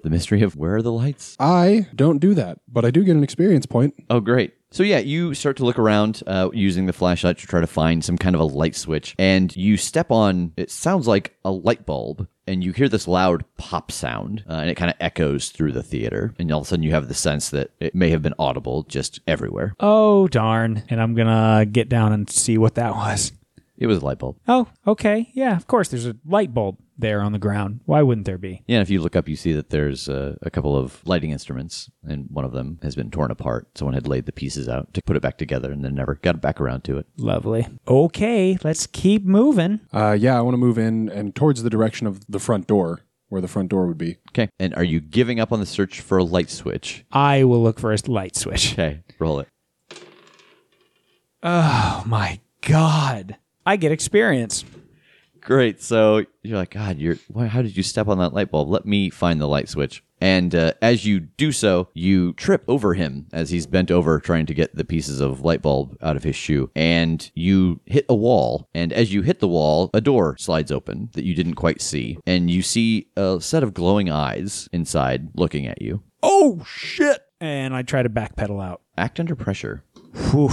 [SPEAKER 2] The mystery of where are the lights?
[SPEAKER 4] I don't do that, but I do get an experience point.
[SPEAKER 2] Oh, great. So, yeah, you start to look around uh, using the flashlight to try to find some kind of a light switch, and you step on, it sounds like a light bulb, and you hear this loud pop sound, uh, and it kind of echoes through the theater. And all of a sudden, you have the sense that it may have been audible just everywhere.
[SPEAKER 3] Oh, darn. And I'm going to get down and see what that [laughs] was.
[SPEAKER 2] It was a light bulb.
[SPEAKER 3] Oh, okay. Yeah, of course. There's a light bulb. there on the ground. Why wouldn't there be?
[SPEAKER 2] Yeah, and if you look up, you see that there's a, a couple of lighting instruments, and one of them has been torn apart. Someone had laid the pieces out to put it back together and then never got back around to it.
[SPEAKER 3] Lovely. Okay, let's keep moving.
[SPEAKER 4] Uh, yeah, I want to move in and towards the direction of the front door, where the front door would be.
[SPEAKER 2] Okay. And are you giving up on the search for a light switch?
[SPEAKER 3] I will look for a light switch.
[SPEAKER 2] Okay, roll it.
[SPEAKER 3] Oh my god. I get experience.
[SPEAKER 2] Great. So you're like, God, you're. Why, how did you step on that light bulb? Let me find the light switch. And uh, as you do so, you trip over him as he's bent over trying to get the pieces of light bulb out of his shoe. And you hit a wall. And as you hit the wall, a door slides open that you didn't quite see. And you see a set of glowing eyes inside looking at you.
[SPEAKER 3] Oh shit. And I try to backpedal out.
[SPEAKER 2] Act under pressure.
[SPEAKER 3] Whew.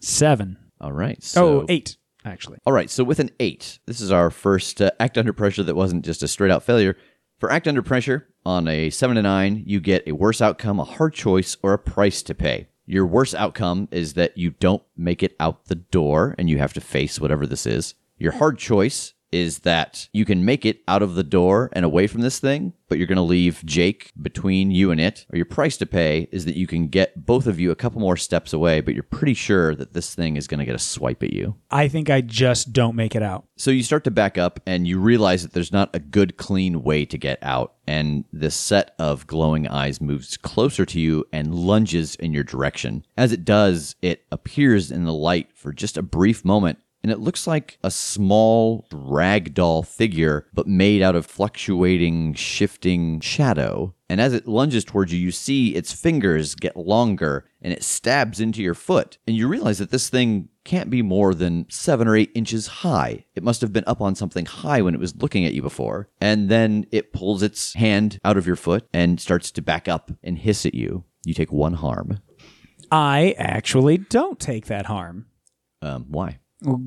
[SPEAKER 3] Seven.
[SPEAKER 2] All right. So
[SPEAKER 3] Oh, eight, actually.
[SPEAKER 2] All right, so with an eight, this is our first uh, act under pressure that wasn't just a straight out failure. For act under pressure, on a seven to nine, you get a worse outcome, a hard choice, or a price to pay. Your worst outcome is that you don't make it out the door and you have to face whatever this is. Your hard choice is that you can make it out of the door and away from this thing, but you're going to leave Jake between you and it. Or your price to pay is that you can get both of you a couple more steps away, but you're pretty sure that this thing is going to get a swipe at you.
[SPEAKER 3] I think I just don't make it out.
[SPEAKER 2] So you start to back up and you realize that there's not a good, clean way to get out. And this set of glowing eyes moves closer to you and lunges in your direction. As it does, it appears in the light for just a brief moment. And it looks like a small ragdoll figure, but made out of fluctuating, shifting shadow. And as it lunges towards you, you see its fingers get longer and it stabs into your foot. And you realize that this thing can't be more than seven or eight inches high. It must have been up on something high when it was looking at you before. And then it pulls its hand out of your foot and starts to back up and hiss at you. You take one harm.
[SPEAKER 3] I actually don't take that harm
[SPEAKER 2] Um, why?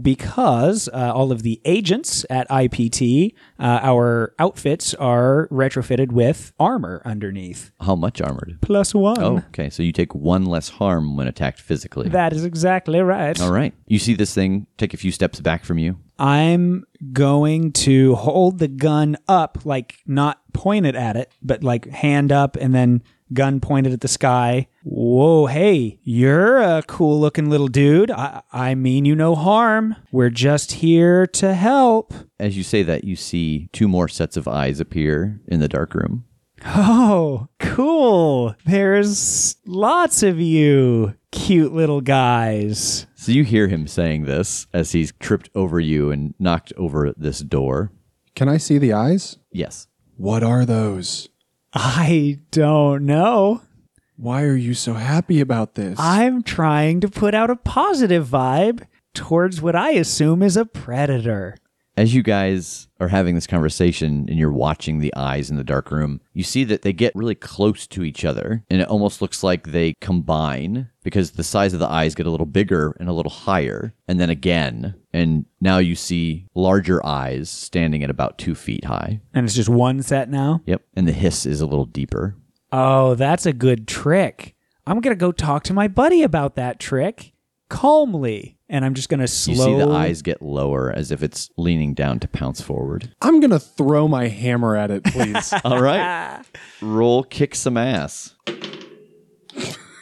[SPEAKER 3] because uh, all of the agents at IPT, uh, our outfits are retrofitted with armor underneath.
[SPEAKER 2] How much armored?
[SPEAKER 3] Plus one.
[SPEAKER 2] Oh, okay. So you take one less harm when attacked physically.
[SPEAKER 3] That is exactly right.
[SPEAKER 2] All right. You see this thing take a few steps back from you.
[SPEAKER 3] I'm going to hold the gun up, like not point it at it, but like hand up and then gun pointed at the sky. Whoa, hey, you're a cool looking little dude. I, I mean you no harm. We're just here to help.
[SPEAKER 2] As you say that, you see two more sets of eyes appear in the dark room.
[SPEAKER 3] Oh, cool. There's lots of you, cute little guys.
[SPEAKER 2] So you hear him saying this as he's tripped over you and knocked over this door.
[SPEAKER 4] Can I see the eyes?
[SPEAKER 2] Yes.
[SPEAKER 4] What are those?
[SPEAKER 3] I don't know.
[SPEAKER 4] Why are you so happy about this?
[SPEAKER 3] I'm trying to put out a positive vibe towards what I assume is a predator.
[SPEAKER 2] As you guys are having this conversation and you're watching the eyes in the dark room, you see that they get really close to each other and it almost looks like they combine because the size of the eyes get a little bigger and a little higher and then again. And now you see larger eyes standing at about two feet high.
[SPEAKER 3] And it's just one set now?
[SPEAKER 2] Yep. And the hiss is a little deeper.
[SPEAKER 3] Oh, that's a good trick. I'm going to go talk to my buddy about that trick calmly. And I'm just going to
[SPEAKER 2] You
[SPEAKER 3] slow.
[SPEAKER 2] see the eyes get lower as if it's leaning down to pounce forward.
[SPEAKER 4] I'm gonna throw my hammer at it, [laughs] please.
[SPEAKER 2] [laughs] All right. Roll kick some ass.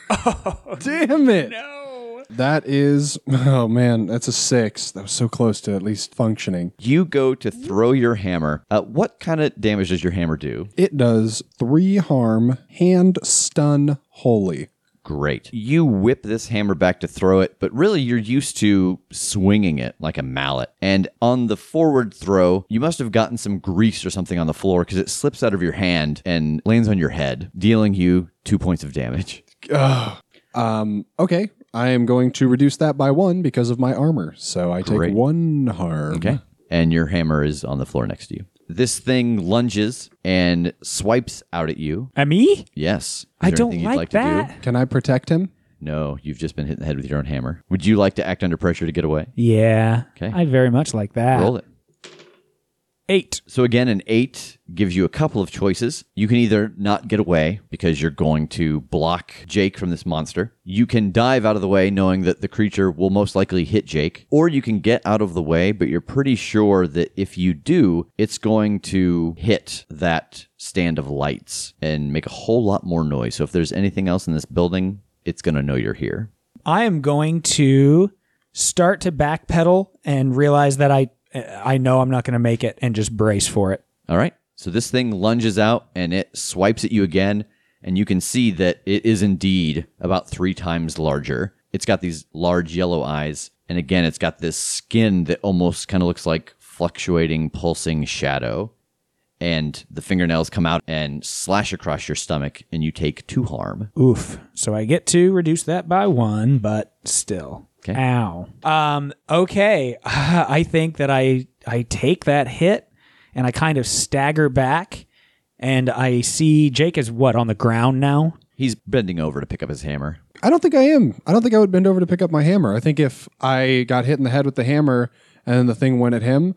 [SPEAKER 4] Oh, Damn it! No. That is [laughs] oh man, that's a six. That was so close to at least functioning.
[SPEAKER 2] You go to throw your hammer. Uh, what kind of damage does your hammer do?
[SPEAKER 4] It does three harm, hand stun, holy.
[SPEAKER 2] Great. You whip this hammer back to throw it, but really you're used to swinging it like a mallet. And on the forward throw, you must have gotten some grease or something on the floor because it slips out of your hand and lands on your head, dealing you two points of damage.
[SPEAKER 4] Um, okay, I am going to reduce that by one because of my armor. So I
[SPEAKER 2] Great.
[SPEAKER 4] take one harm.
[SPEAKER 2] Okay. And your hammer is on the floor next to you. This thing lunges and swipes out at you.
[SPEAKER 3] At Uh, me?
[SPEAKER 2] Yes. Is
[SPEAKER 3] I
[SPEAKER 2] there
[SPEAKER 3] don't
[SPEAKER 2] anything
[SPEAKER 3] like,
[SPEAKER 2] you'd
[SPEAKER 3] that.
[SPEAKER 2] To do?
[SPEAKER 4] Can I protect him?
[SPEAKER 2] No, you've just been hit in the head with your own hammer. Would you like to act under pressure to get away?
[SPEAKER 3] Yeah.
[SPEAKER 2] Okay.
[SPEAKER 3] I very much like that.
[SPEAKER 2] Roll it.
[SPEAKER 3] Eight.
[SPEAKER 2] So again, an eight gives you a couple of choices. You can either not get away because you're going to block Jake from this monster. You can dive out of the way knowing that the creature will most likely hit Jake, or you can get out of the way, but you're pretty sure that if you do, it's going to hit that stand of lights and make a whole lot more noise. So if there's anything else in this building, it's going to know you're here.
[SPEAKER 3] I am going to start to backpedal and realize that I I know I'm not going to make it and just brace for it.
[SPEAKER 2] All right. So this thing lunges out and it swipes at you again, and you can see that it is indeed about three times larger. It's got these large yellow eyes, and again, it's got this skin that almost kind of looks like fluctuating, pulsing shadow. And the fingernails come out and slash across your stomach, and you take two harm.
[SPEAKER 3] Oof. So I get to reduce that by one, but still.
[SPEAKER 2] Okay.
[SPEAKER 3] Ow. Um, okay. [laughs] I think that I I take that hit and I kind of stagger back and I see Jake is what on the ground now?
[SPEAKER 2] He's bending over to pick up his hammer.
[SPEAKER 4] I don't think I am. I don't think I would bend over to pick up my hammer. I think if I got hit in the head with the hammer and then the thing went at him,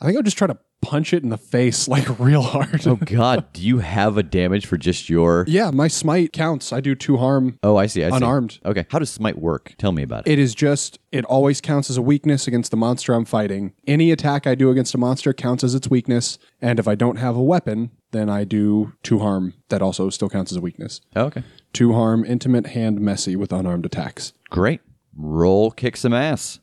[SPEAKER 4] I think I would just try to punch it in the face [laughs] like real hard.
[SPEAKER 2] Oh, God, do you have a damage for just your.
[SPEAKER 4] yeah, my smite counts. I do two harm.
[SPEAKER 2] Oh, I see. I see.
[SPEAKER 4] Unarmed.
[SPEAKER 2] Okay. How does smite work? Tell me about it.
[SPEAKER 4] It is just, it always counts as a weakness against the monster I'm fighting. Any attack I do against a monster counts as its weakness. And if I don't have a weapon, then I do two harm. That also still counts as a weakness.
[SPEAKER 2] Oh, okay.
[SPEAKER 4] Two harm, intimate, hand, messy with unarmed attacks.
[SPEAKER 2] Great. Roll kick some ass.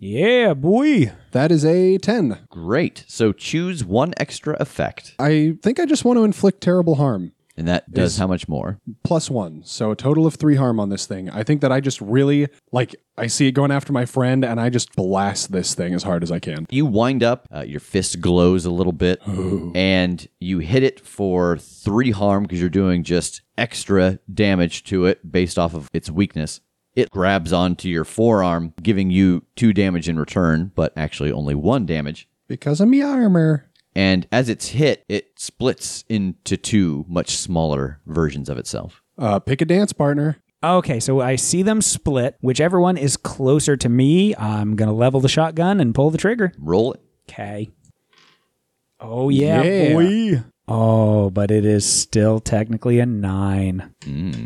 [SPEAKER 3] Yeah, boy.
[SPEAKER 4] That is a 10.
[SPEAKER 2] Great. So choose one extra effect.
[SPEAKER 4] I think I just want to inflict terrible harm.
[SPEAKER 2] And that does how much more?
[SPEAKER 4] plus one. So a total of three harm on this thing. I think that I just really like I see it going after my friend and I just blast this thing as hard as I can.
[SPEAKER 2] You wind up, uh, your fist glows a little bit, and you hit it for three harm because you're doing just extra damage to it based off of its weakness. It grabs onto your forearm, giving you two damage in return, but actually only one damage.
[SPEAKER 4] Because of me armor.
[SPEAKER 2] And as it's hit, it splits into two much smaller versions of itself.
[SPEAKER 4] Uh pick a dance partner.
[SPEAKER 3] Okay, so I see them split. Whichever one is closer to me, I'm going to level the shotgun and pull the trigger.
[SPEAKER 2] Roll it.
[SPEAKER 3] Okay. Oh yeah,
[SPEAKER 4] Yeah.
[SPEAKER 3] boy. Oh, but it is still technically a nine.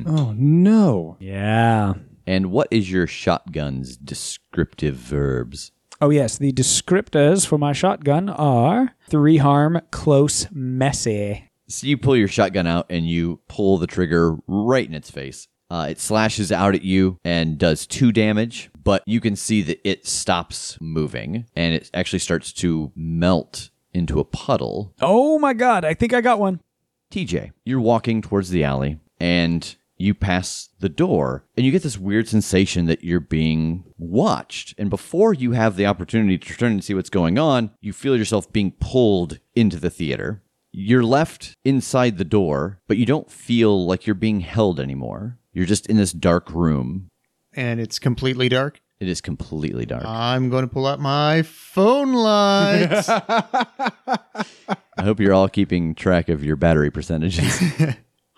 [SPEAKER 4] Oh no.
[SPEAKER 3] Yeah.
[SPEAKER 2] And what is your shotgun's descriptive verbs?
[SPEAKER 3] Oh yes, the descriptors for my shotgun are three harm, close, messy.
[SPEAKER 2] So you pull your shotgun out and you pull the trigger right in its face. Uh, it slashes out at you and does two damage, but you can see that it stops moving and it actually starts to melt into a puddle.
[SPEAKER 3] Oh my god, I think I got one.
[SPEAKER 2] TJ, you're walking towards the alley and you pass the door and you get this weird sensation that you're being watched. And before you have the opportunity to turn and see what's going on, you feel yourself being pulled into the theater. You're left inside the door, but you don't feel like you're being held anymore. You're just in this dark room.
[SPEAKER 5] and it's completely dark.
[SPEAKER 2] It is completely dark.
[SPEAKER 5] I'm going to pull out my
[SPEAKER 2] [laughs]
[SPEAKER 5] phone lights.
[SPEAKER 2] I hope you're all keeping track of your battery percentages.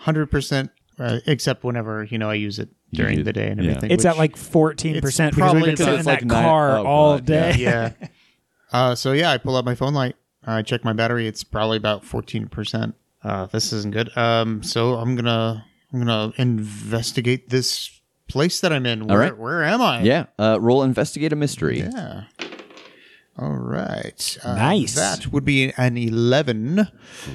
[SPEAKER 5] 100%, uh, except whenever, you know, I use it during
[SPEAKER 2] use-
[SPEAKER 5] the day and
[SPEAKER 2] yeah.
[SPEAKER 5] everything.
[SPEAKER 3] It's
[SPEAKER 5] which-
[SPEAKER 3] at like fourteen percent
[SPEAKER 5] It's
[SPEAKER 3] because we've
[SPEAKER 5] probably
[SPEAKER 3] been sitting
[SPEAKER 5] about-
[SPEAKER 3] in
[SPEAKER 2] It's like
[SPEAKER 3] that
[SPEAKER 2] nine-
[SPEAKER 3] car
[SPEAKER 2] oh,
[SPEAKER 3] all
[SPEAKER 2] God,
[SPEAKER 3] day.
[SPEAKER 5] yeah. Uh, so yeah, I pull out my phone light. I check my battery. It's probably about fourteen percent. Uh, this isn't good. Um, so I'm gonna I'm gonna investigate this place that I'm in. Where,
[SPEAKER 2] right.
[SPEAKER 5] where am I?
[SPEAKER 2] yeah. Uh, roll investigate a mystery.
[SPEAKER 5] Yeah. All right. Uh,
[SPEAKER 3] Nice.
[SPEAKER 5] That would be an eleven.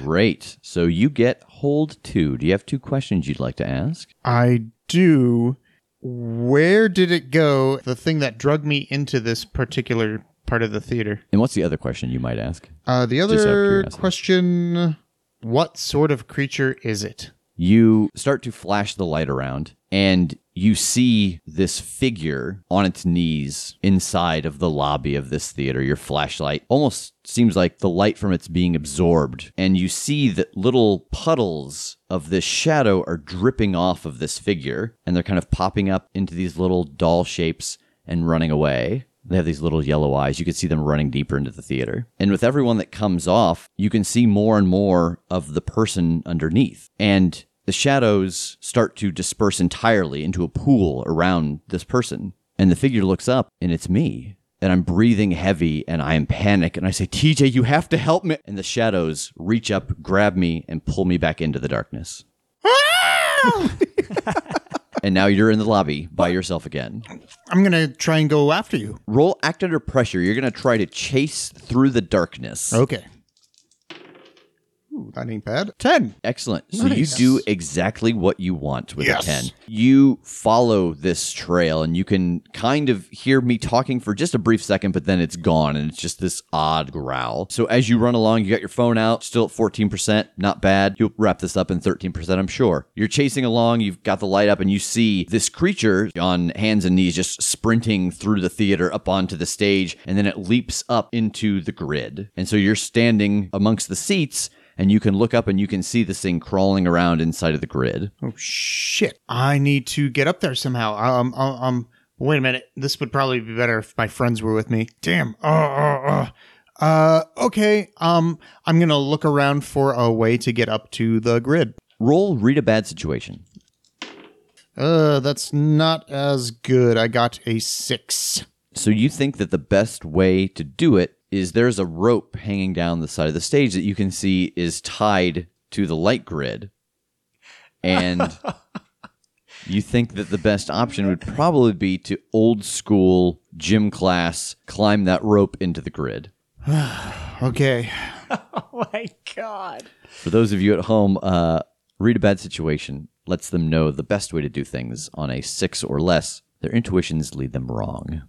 [SPEAKER 2] Great. So you get hold two. Do you have two questions you'd like to ask?
[SPEAKER 5] I do. Where did it go? The thing that drug me into this particular part of the theater.
[SPEAKER 2] And what's the other question you might ask?
[SPEAKER 5] Uh, the
[SPEAKER 2] Just out of
[SPEAKER 5] other
[SPEAKER 2] curiosity.
[SPEAKER 5] question: What sort of creature is it?
[SPEAKER 2] You start to flash the light around and you see this figure on its knees inside of the lobby of this theater. Your flashlight almost seems like the light from it's being absorbed. And you see that little puddles of this shadow are dripping off of this figure and they're kind of popping up into these little doll shapes and running away. They have these little yellow eyes. You can see them running deeper into the theater. And with everyone that comes off, you can see more and more of the person underneath. And the shadows start to disperse entirely into a pool around this person. And the figure looks up, and it's me. and I'm breathing heavy and I am panic and I say, TJ, you have to help me. And the shadows reach up, grab me, and pull me back into the darkness. [laughs] and now you're in the lobby by yourself again.
[SPEAKER 5] I'm going to try and go after you.
[SPEAKER 2] Roll act under pressure. You're going to try to chase through the darkness.
[SPEAKER 5] Okay. Ooh, that ain't bad. 10.
[SPEAKER 2] Excellent. So
[SPEAKER 5] Nice.
[SPEAKER 2] you do exactly what you want with
[SPEAKER 5] Yes.
[SPEAKER 2] a 10. You follow this trail and you can kind of hear me talking for just a brief second, but then it's gone and it's just this odd growl. So as you run along, you got your phone out, still at 14%, not bad. You'll wrap this up in 13%, I'm sure. You're chasing along, you've got the light up, and you see this creature on hands and knees just sprinting through the theater up onto the stage, and then it leaps up into the grid. And so you're standing amongst the seats and you can look up and you can see this thing crawling around inside of the grid.
[SPEAKER 5] Oh, shit. I need to get up there somehow. Um, um, um, wait a minute. This would probably be better if my friends were with me. Damn. Oh, oh, oh. Uh, okay. Um, I'm going to look around for a way to get up to the grid.
[SPEAKER 2] Roll read a bad situation.
[SPEAKER 5] Uh, that's not as good. I got a six.
[SPEAKER 2] So you think that the best way to do it is there's a rope hanging down the side of the stage that you can see is tied to the light grid. And you think that the best option would probably be to old school gym class climb that rope into the grid.
[SPEAKER 5] Okay.
[SPEAKER 3] [laughs] my God.
[SPEAKER 2] For those of you at home, uh, read a bad situation lets them know the best way to do things on a six or less. Their intuitions lead them wrong.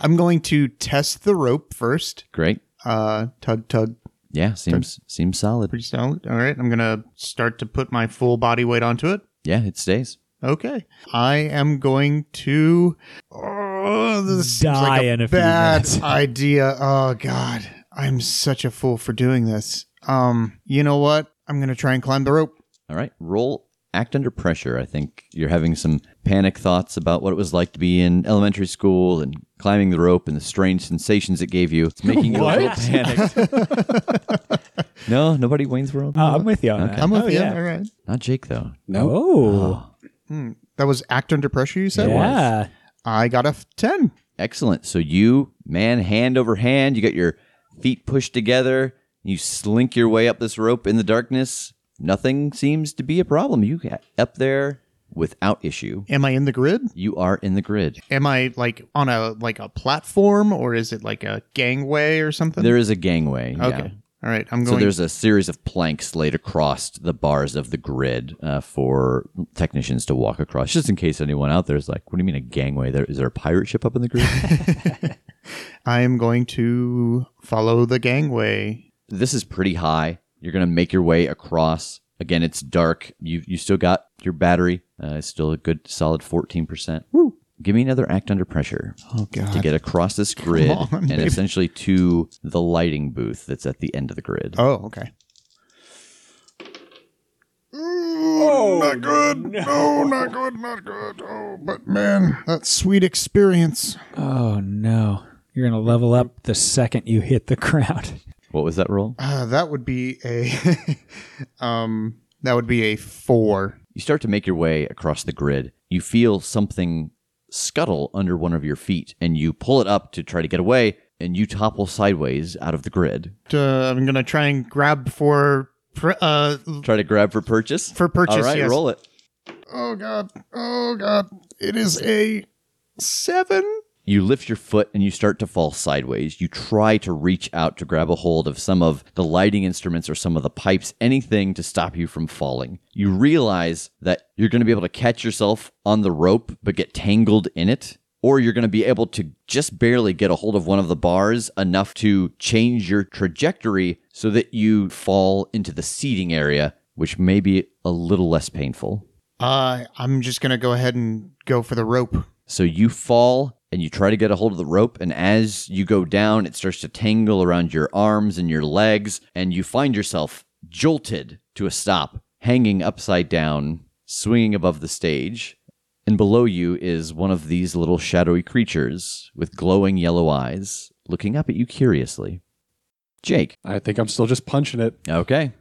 [SPEAKER 5] I'm going to test the rope first.
[SPEAKER 2] Great.
[SPEAKER 5] Uh, tug, tug,
[SPEAKER 2] Yeah, seems seems solid.
[SPEAKER 5] pretty solid. All right. I'm going to start to put my full body weight onto it.
[SPEAKER 2] Yeah, it stays.
[SPEAKER 5] Okay. I am going to. Oh, this seems like
[SPEAKER 3] Die in
[SPEAKER 5] a,
[SPEAKER 3] a few
[SPEAKER 5] bad
[SPEAKER 3] minutes. [laughs]
[SPEAKER 5] idea. Oh God, I'm such a fool for doing this. Um, you know what? I'm gonna try and climb the rope.
[SPEAKER 2] All right, roll. Act under pressure. I think you're having some panic thoughts about what it was like to be in elementary school and climbing the rope and the strange sensations it gave you.
[SPEAKER 5] [laughs]
[SPEAKER 2] It's making you a little panicked. no, nobody Wayne's World.
[SPEAKER 5] Uh,
[SPEAKER 3] Oh, I'm with you on that.
[SPEAKER 5] I'm with
[SPEAKER 3] Oh,
[SPEAKER 5] you.
[SPEAKER 3] yeah.
[SPEAKER 5] All right.
[SPEAKER 2] Not Jake though.
[SPEAKER 4] No.
[SPEAKER 3] Oh,
[SPEAKER 5] That was act under pressure. You said.
[SPEAKER 3] yeah.
[SPEAKER 5] I got a f- ten.
[SPEAKER 2] Excellent. So you, man, hand over hand, you got your feet pushed together. You slink your way up this rope in the darkness. Nothing seems to be a problem. You get up there without issue.
[SPEAKER 5] Am I in the grid?
[SPEAKER 2] You are in the grid.
[SPEAKER 5] Am I like on a like a platform or is it like a gangway or something?
[SPEAKER 2] There is a gangway. yeah.
[SPEAKER 5] Okay. All right. I'm
[SPEAKER 2] So
[SPEAKER 5] going.
[SPEAKER 2] there's a series of planks laid across the bars of the grid uh, for technicians to walk across, just in case anyone out there is like, "What do you mean a gangway? There is there a pirate ship up in the
[SPEAKER 5] [laughs]
[SPEAKER 2] grid?"
[SPEAKER 5] I am going to follow the gangway
[SPEAKER 2] this is pretty high. You're gonna make your way across. Again, it's dark. You you still got your battery. Uh, it's still a good solid fourteen percent. Woo! Give me another act under pressure. Oh
[SPEAKER 5] God.
[SPEAKER 2] To get across this grid
[SPEAKER 5] on,
[SPEAKER 2] and
[SPEAKER 5] baby.
[SPEAKER 2] essentially to the lighting booth that's at the end of the grid.
[SPEAKER 5] Oh, okay. Oh, not good. No. not good, not good. Oh, but man, that sweet experience.
[SPEAKER 3] Oh no. You're gonna level up the second you hit the [laughs] ground.
[SPEAKER 2] What was that roll?
[SPEAKER 5] Uh, that would be a [laughs] um that would be a 4.
[SPEAKER 2] You start to make your way across the grid. You feel something scuttle under one of your feet, and you pull it up to try to get away, and you topple sideways out of the grid.
[SPEAKER 5] Uh, I'm going to try and grab for pr- uh
[SPEAKER 2] Try to grab for purchase.
[SPEAKER 5] For purchase,
[SPEAKER 2] All right,
[SPEAKER 5] yes.
[SPEAKER 2] roll it.
[SPEAKER 5] oh god. Oh god. It is a 7.
[SPEAKER 2] You lift your foot and you start to fall sideways. You try to reach out to grab a hold of some of the lighting instruments or some of the pipes, anything to stop you from falling. You realize that you're going to be able to catch yourself on the rope but get tangled in it, or you're going to be able to just barely get a hold of one of the bars enough to change your trajectory so that you fall into the seating area, which may be a little less painful.
[SPEAKER 5] Uh I'm just going to go ahead and go for the rope.
[SPEAKER 2] So you fall and you try to get a hold of the rope. And as you go down, it starts to tangle around your arms and your legs. And you find yourself jolted to a stop, hanging upside down, swinging above the stage. And below you is one of these little shadowy creatures with glowing yellow eyes looking up at you curiously. Jake.
[SPEAKER 4] I think I'm still just punching it.
[SPEAKER 2] Okay.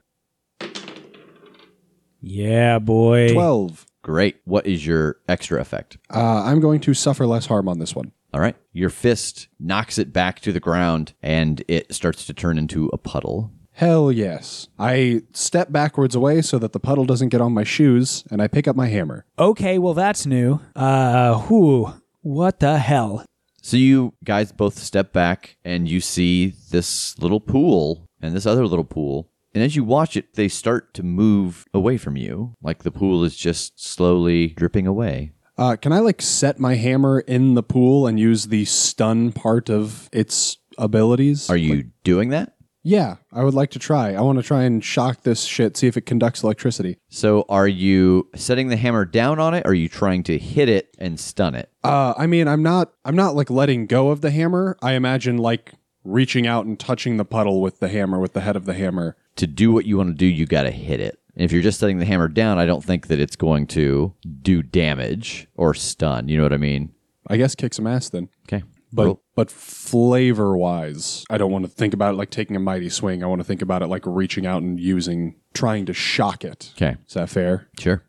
[SPEAKER 3] Yeah, boy.
[SPEAKER 4] 12.
[SPEAKER 2] Great. What is your extra effect?
[SPEAKER 4] Uh, I'm going to suffer less harm on this one.
[SPEAKER 2] All right. Your fist knocks it back to the ground and it starts to turn into a puddle.
[SPEAKER 4] Hell yes. I step backwards away so that the puddle doesn't get on my shoes, and I pick up my hammer.
[SPEAKER 3] Okay, well that's new. Uh, whoo, what the hell?
[SPEAKER 2] So you guys both step back and you see this little pool and this other little pool. And as you watch it, they start to move away from you, like the pool is just slowly dripping away.
[SPEAKER 4] Uh, can I like set my hammer in the pool and use the stun part of its abilities?
[SPEAKER 2] Are you doing that?
[SPEAKER 4] yeah, I would like to try. I want to try and shock this shit, see if it conducts electricity.
[SPEAKER 2] So are you setting the hammer down on it? Or are you trying to hit it and stun it?
[SPEAKER 4] Uh, I mean, I'm not, I'm not like letting go of the hammer. I imagine like reaching out and touching the puddle with the hammer, with the head of the hammer.
[SPEAKER 2] to do what you want to do, you got to hit it. And if you're just setting the hammer down, I don't think that it's going to do damage or stun. You know what I mean?
[SPEAKER 4] I guess kick some ass then.
[SPEAKER 2] Okay.
[SPEAKER 4] But
[SPEAKER 2] Roll.
[SPEAKER 4] but flavor wise, I don't want to think about it like taking a mighty swing. I want to think about it like reaching out and using, trying to shock it.
[SPEAKER 2] Okay.
[SPEAKER 4] Is that fair?
[SPEAKER 2] Sure.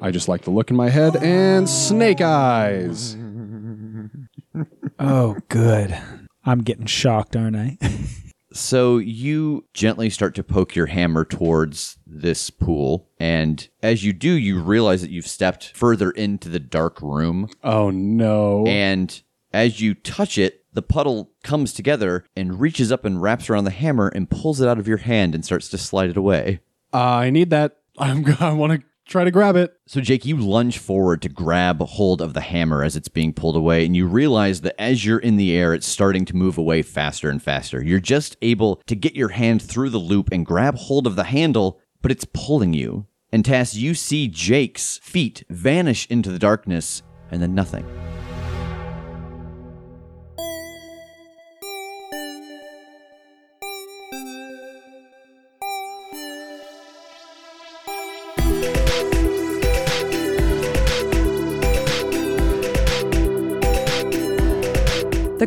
[SPEAKER 4] I just like the look in my head and
[SPEAKER 2] [laughs]
[SPEAKER 4] snake eyes.
[SPEAKER 3] Oh, good. I'm getting shocked, aren't I? [laughs]
[SPEAKER 2] So you gently start to poke your hammer towards this pool. And as you do, you realize that you've stepped further into the dark room.
[SPEAKER 4] Oh no.
[SPEAKER 2] And as you touch it, the puddle comes together and reaches up and wraps around the hammer and pulls it out of your hand and starts to slide it away.
[SPEAKER 4] Uh, I need that. I'm g- I want to try to grab it.
[SPEAKER 2] So, Jake, you lunge forward to grab hold of the hammer as it's being pulled away, and you realize that as you're in the air, it's starting to move away faster and faster. You're just able to get your hand through the loop and grab hold of the handle, but it's pulling you. And, Tass, you see Jake's feet vanish into the darkness, and then nothing.
[SPEAKER 6] The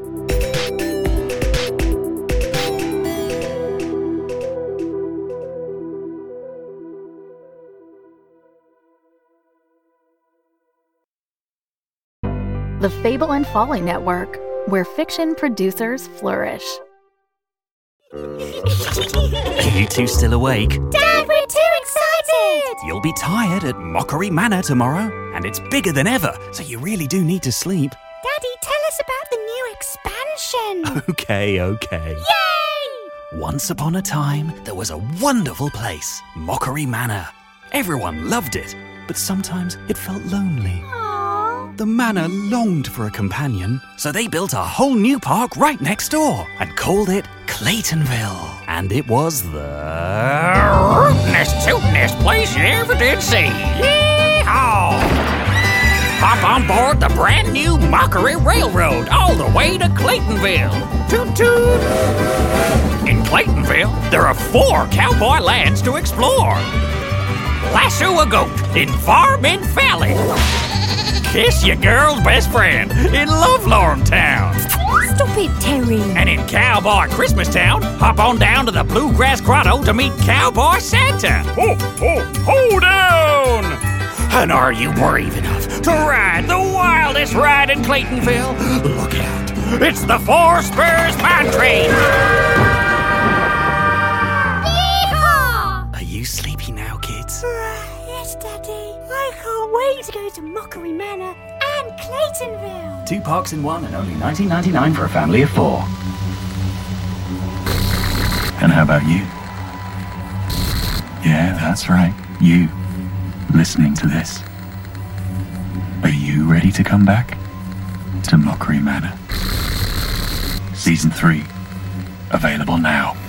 [SPEAKER 7] The Fable and Folly Network, where fiction producers flourish.
[SPEAKER 8] Are you two still awake?
[SPEAKER 9] Dad, we're too excited!
[SPEAKER 8] You'll be tired at Mockery Manor tomorrow, and it's bigger than ever, so you really do need to sleep.
[SPEAKER 9] Daddy, tell us about the new expansion!
[SPEAKER 8] [laughs] Okay, okay.
[SPEAKER 9] Yay!
[SPEAKER 8] Once upon a time, there was a wonderful place, Mockery Manor. Everyone loved it, but sometimes it felt lonely.
[SPEAKER 9] Aww.
[SPEAKER 8] The manor longed for a companion, so they built a whole new park right next door and called it Claytonville. And it was the rootinest, tootinest place you ever did see. Yeehaw! Hop on board the brand new Mockery Railroad all the way to Claytonville. Toot toot! In Claytonville, there are four cowboy lands to explore. Lasso a goat in Farmin Valley. Kiss your girl's best friend in Lovelorn Town.
[SPEAKER 9] Stop it, Terry!
[SPEAKER 8] And in Cowboy Christmas Town, hop on down to the Bluegrass Grotto to meet Cowboy Santa. Ho, ho, ho down! And are you brave enough to ride the wildest ride in Claytonville? Look out, it's the Four Spurs Mine Train!
[SPEAKER 9] Yeehaw!
[SPEAKER 8] Are you sleepy now, kids?
[SPEAKER 9] yes, Daddy. I can't wait to go to Mockery Manor and Claytonville.
[SPEAKER 8] Two parks in one and only 19.99 for a family of four. And how about you? Yeah, that's right. You listening to this. Are you ready to come back to Mockery Manor? Season 3 available now.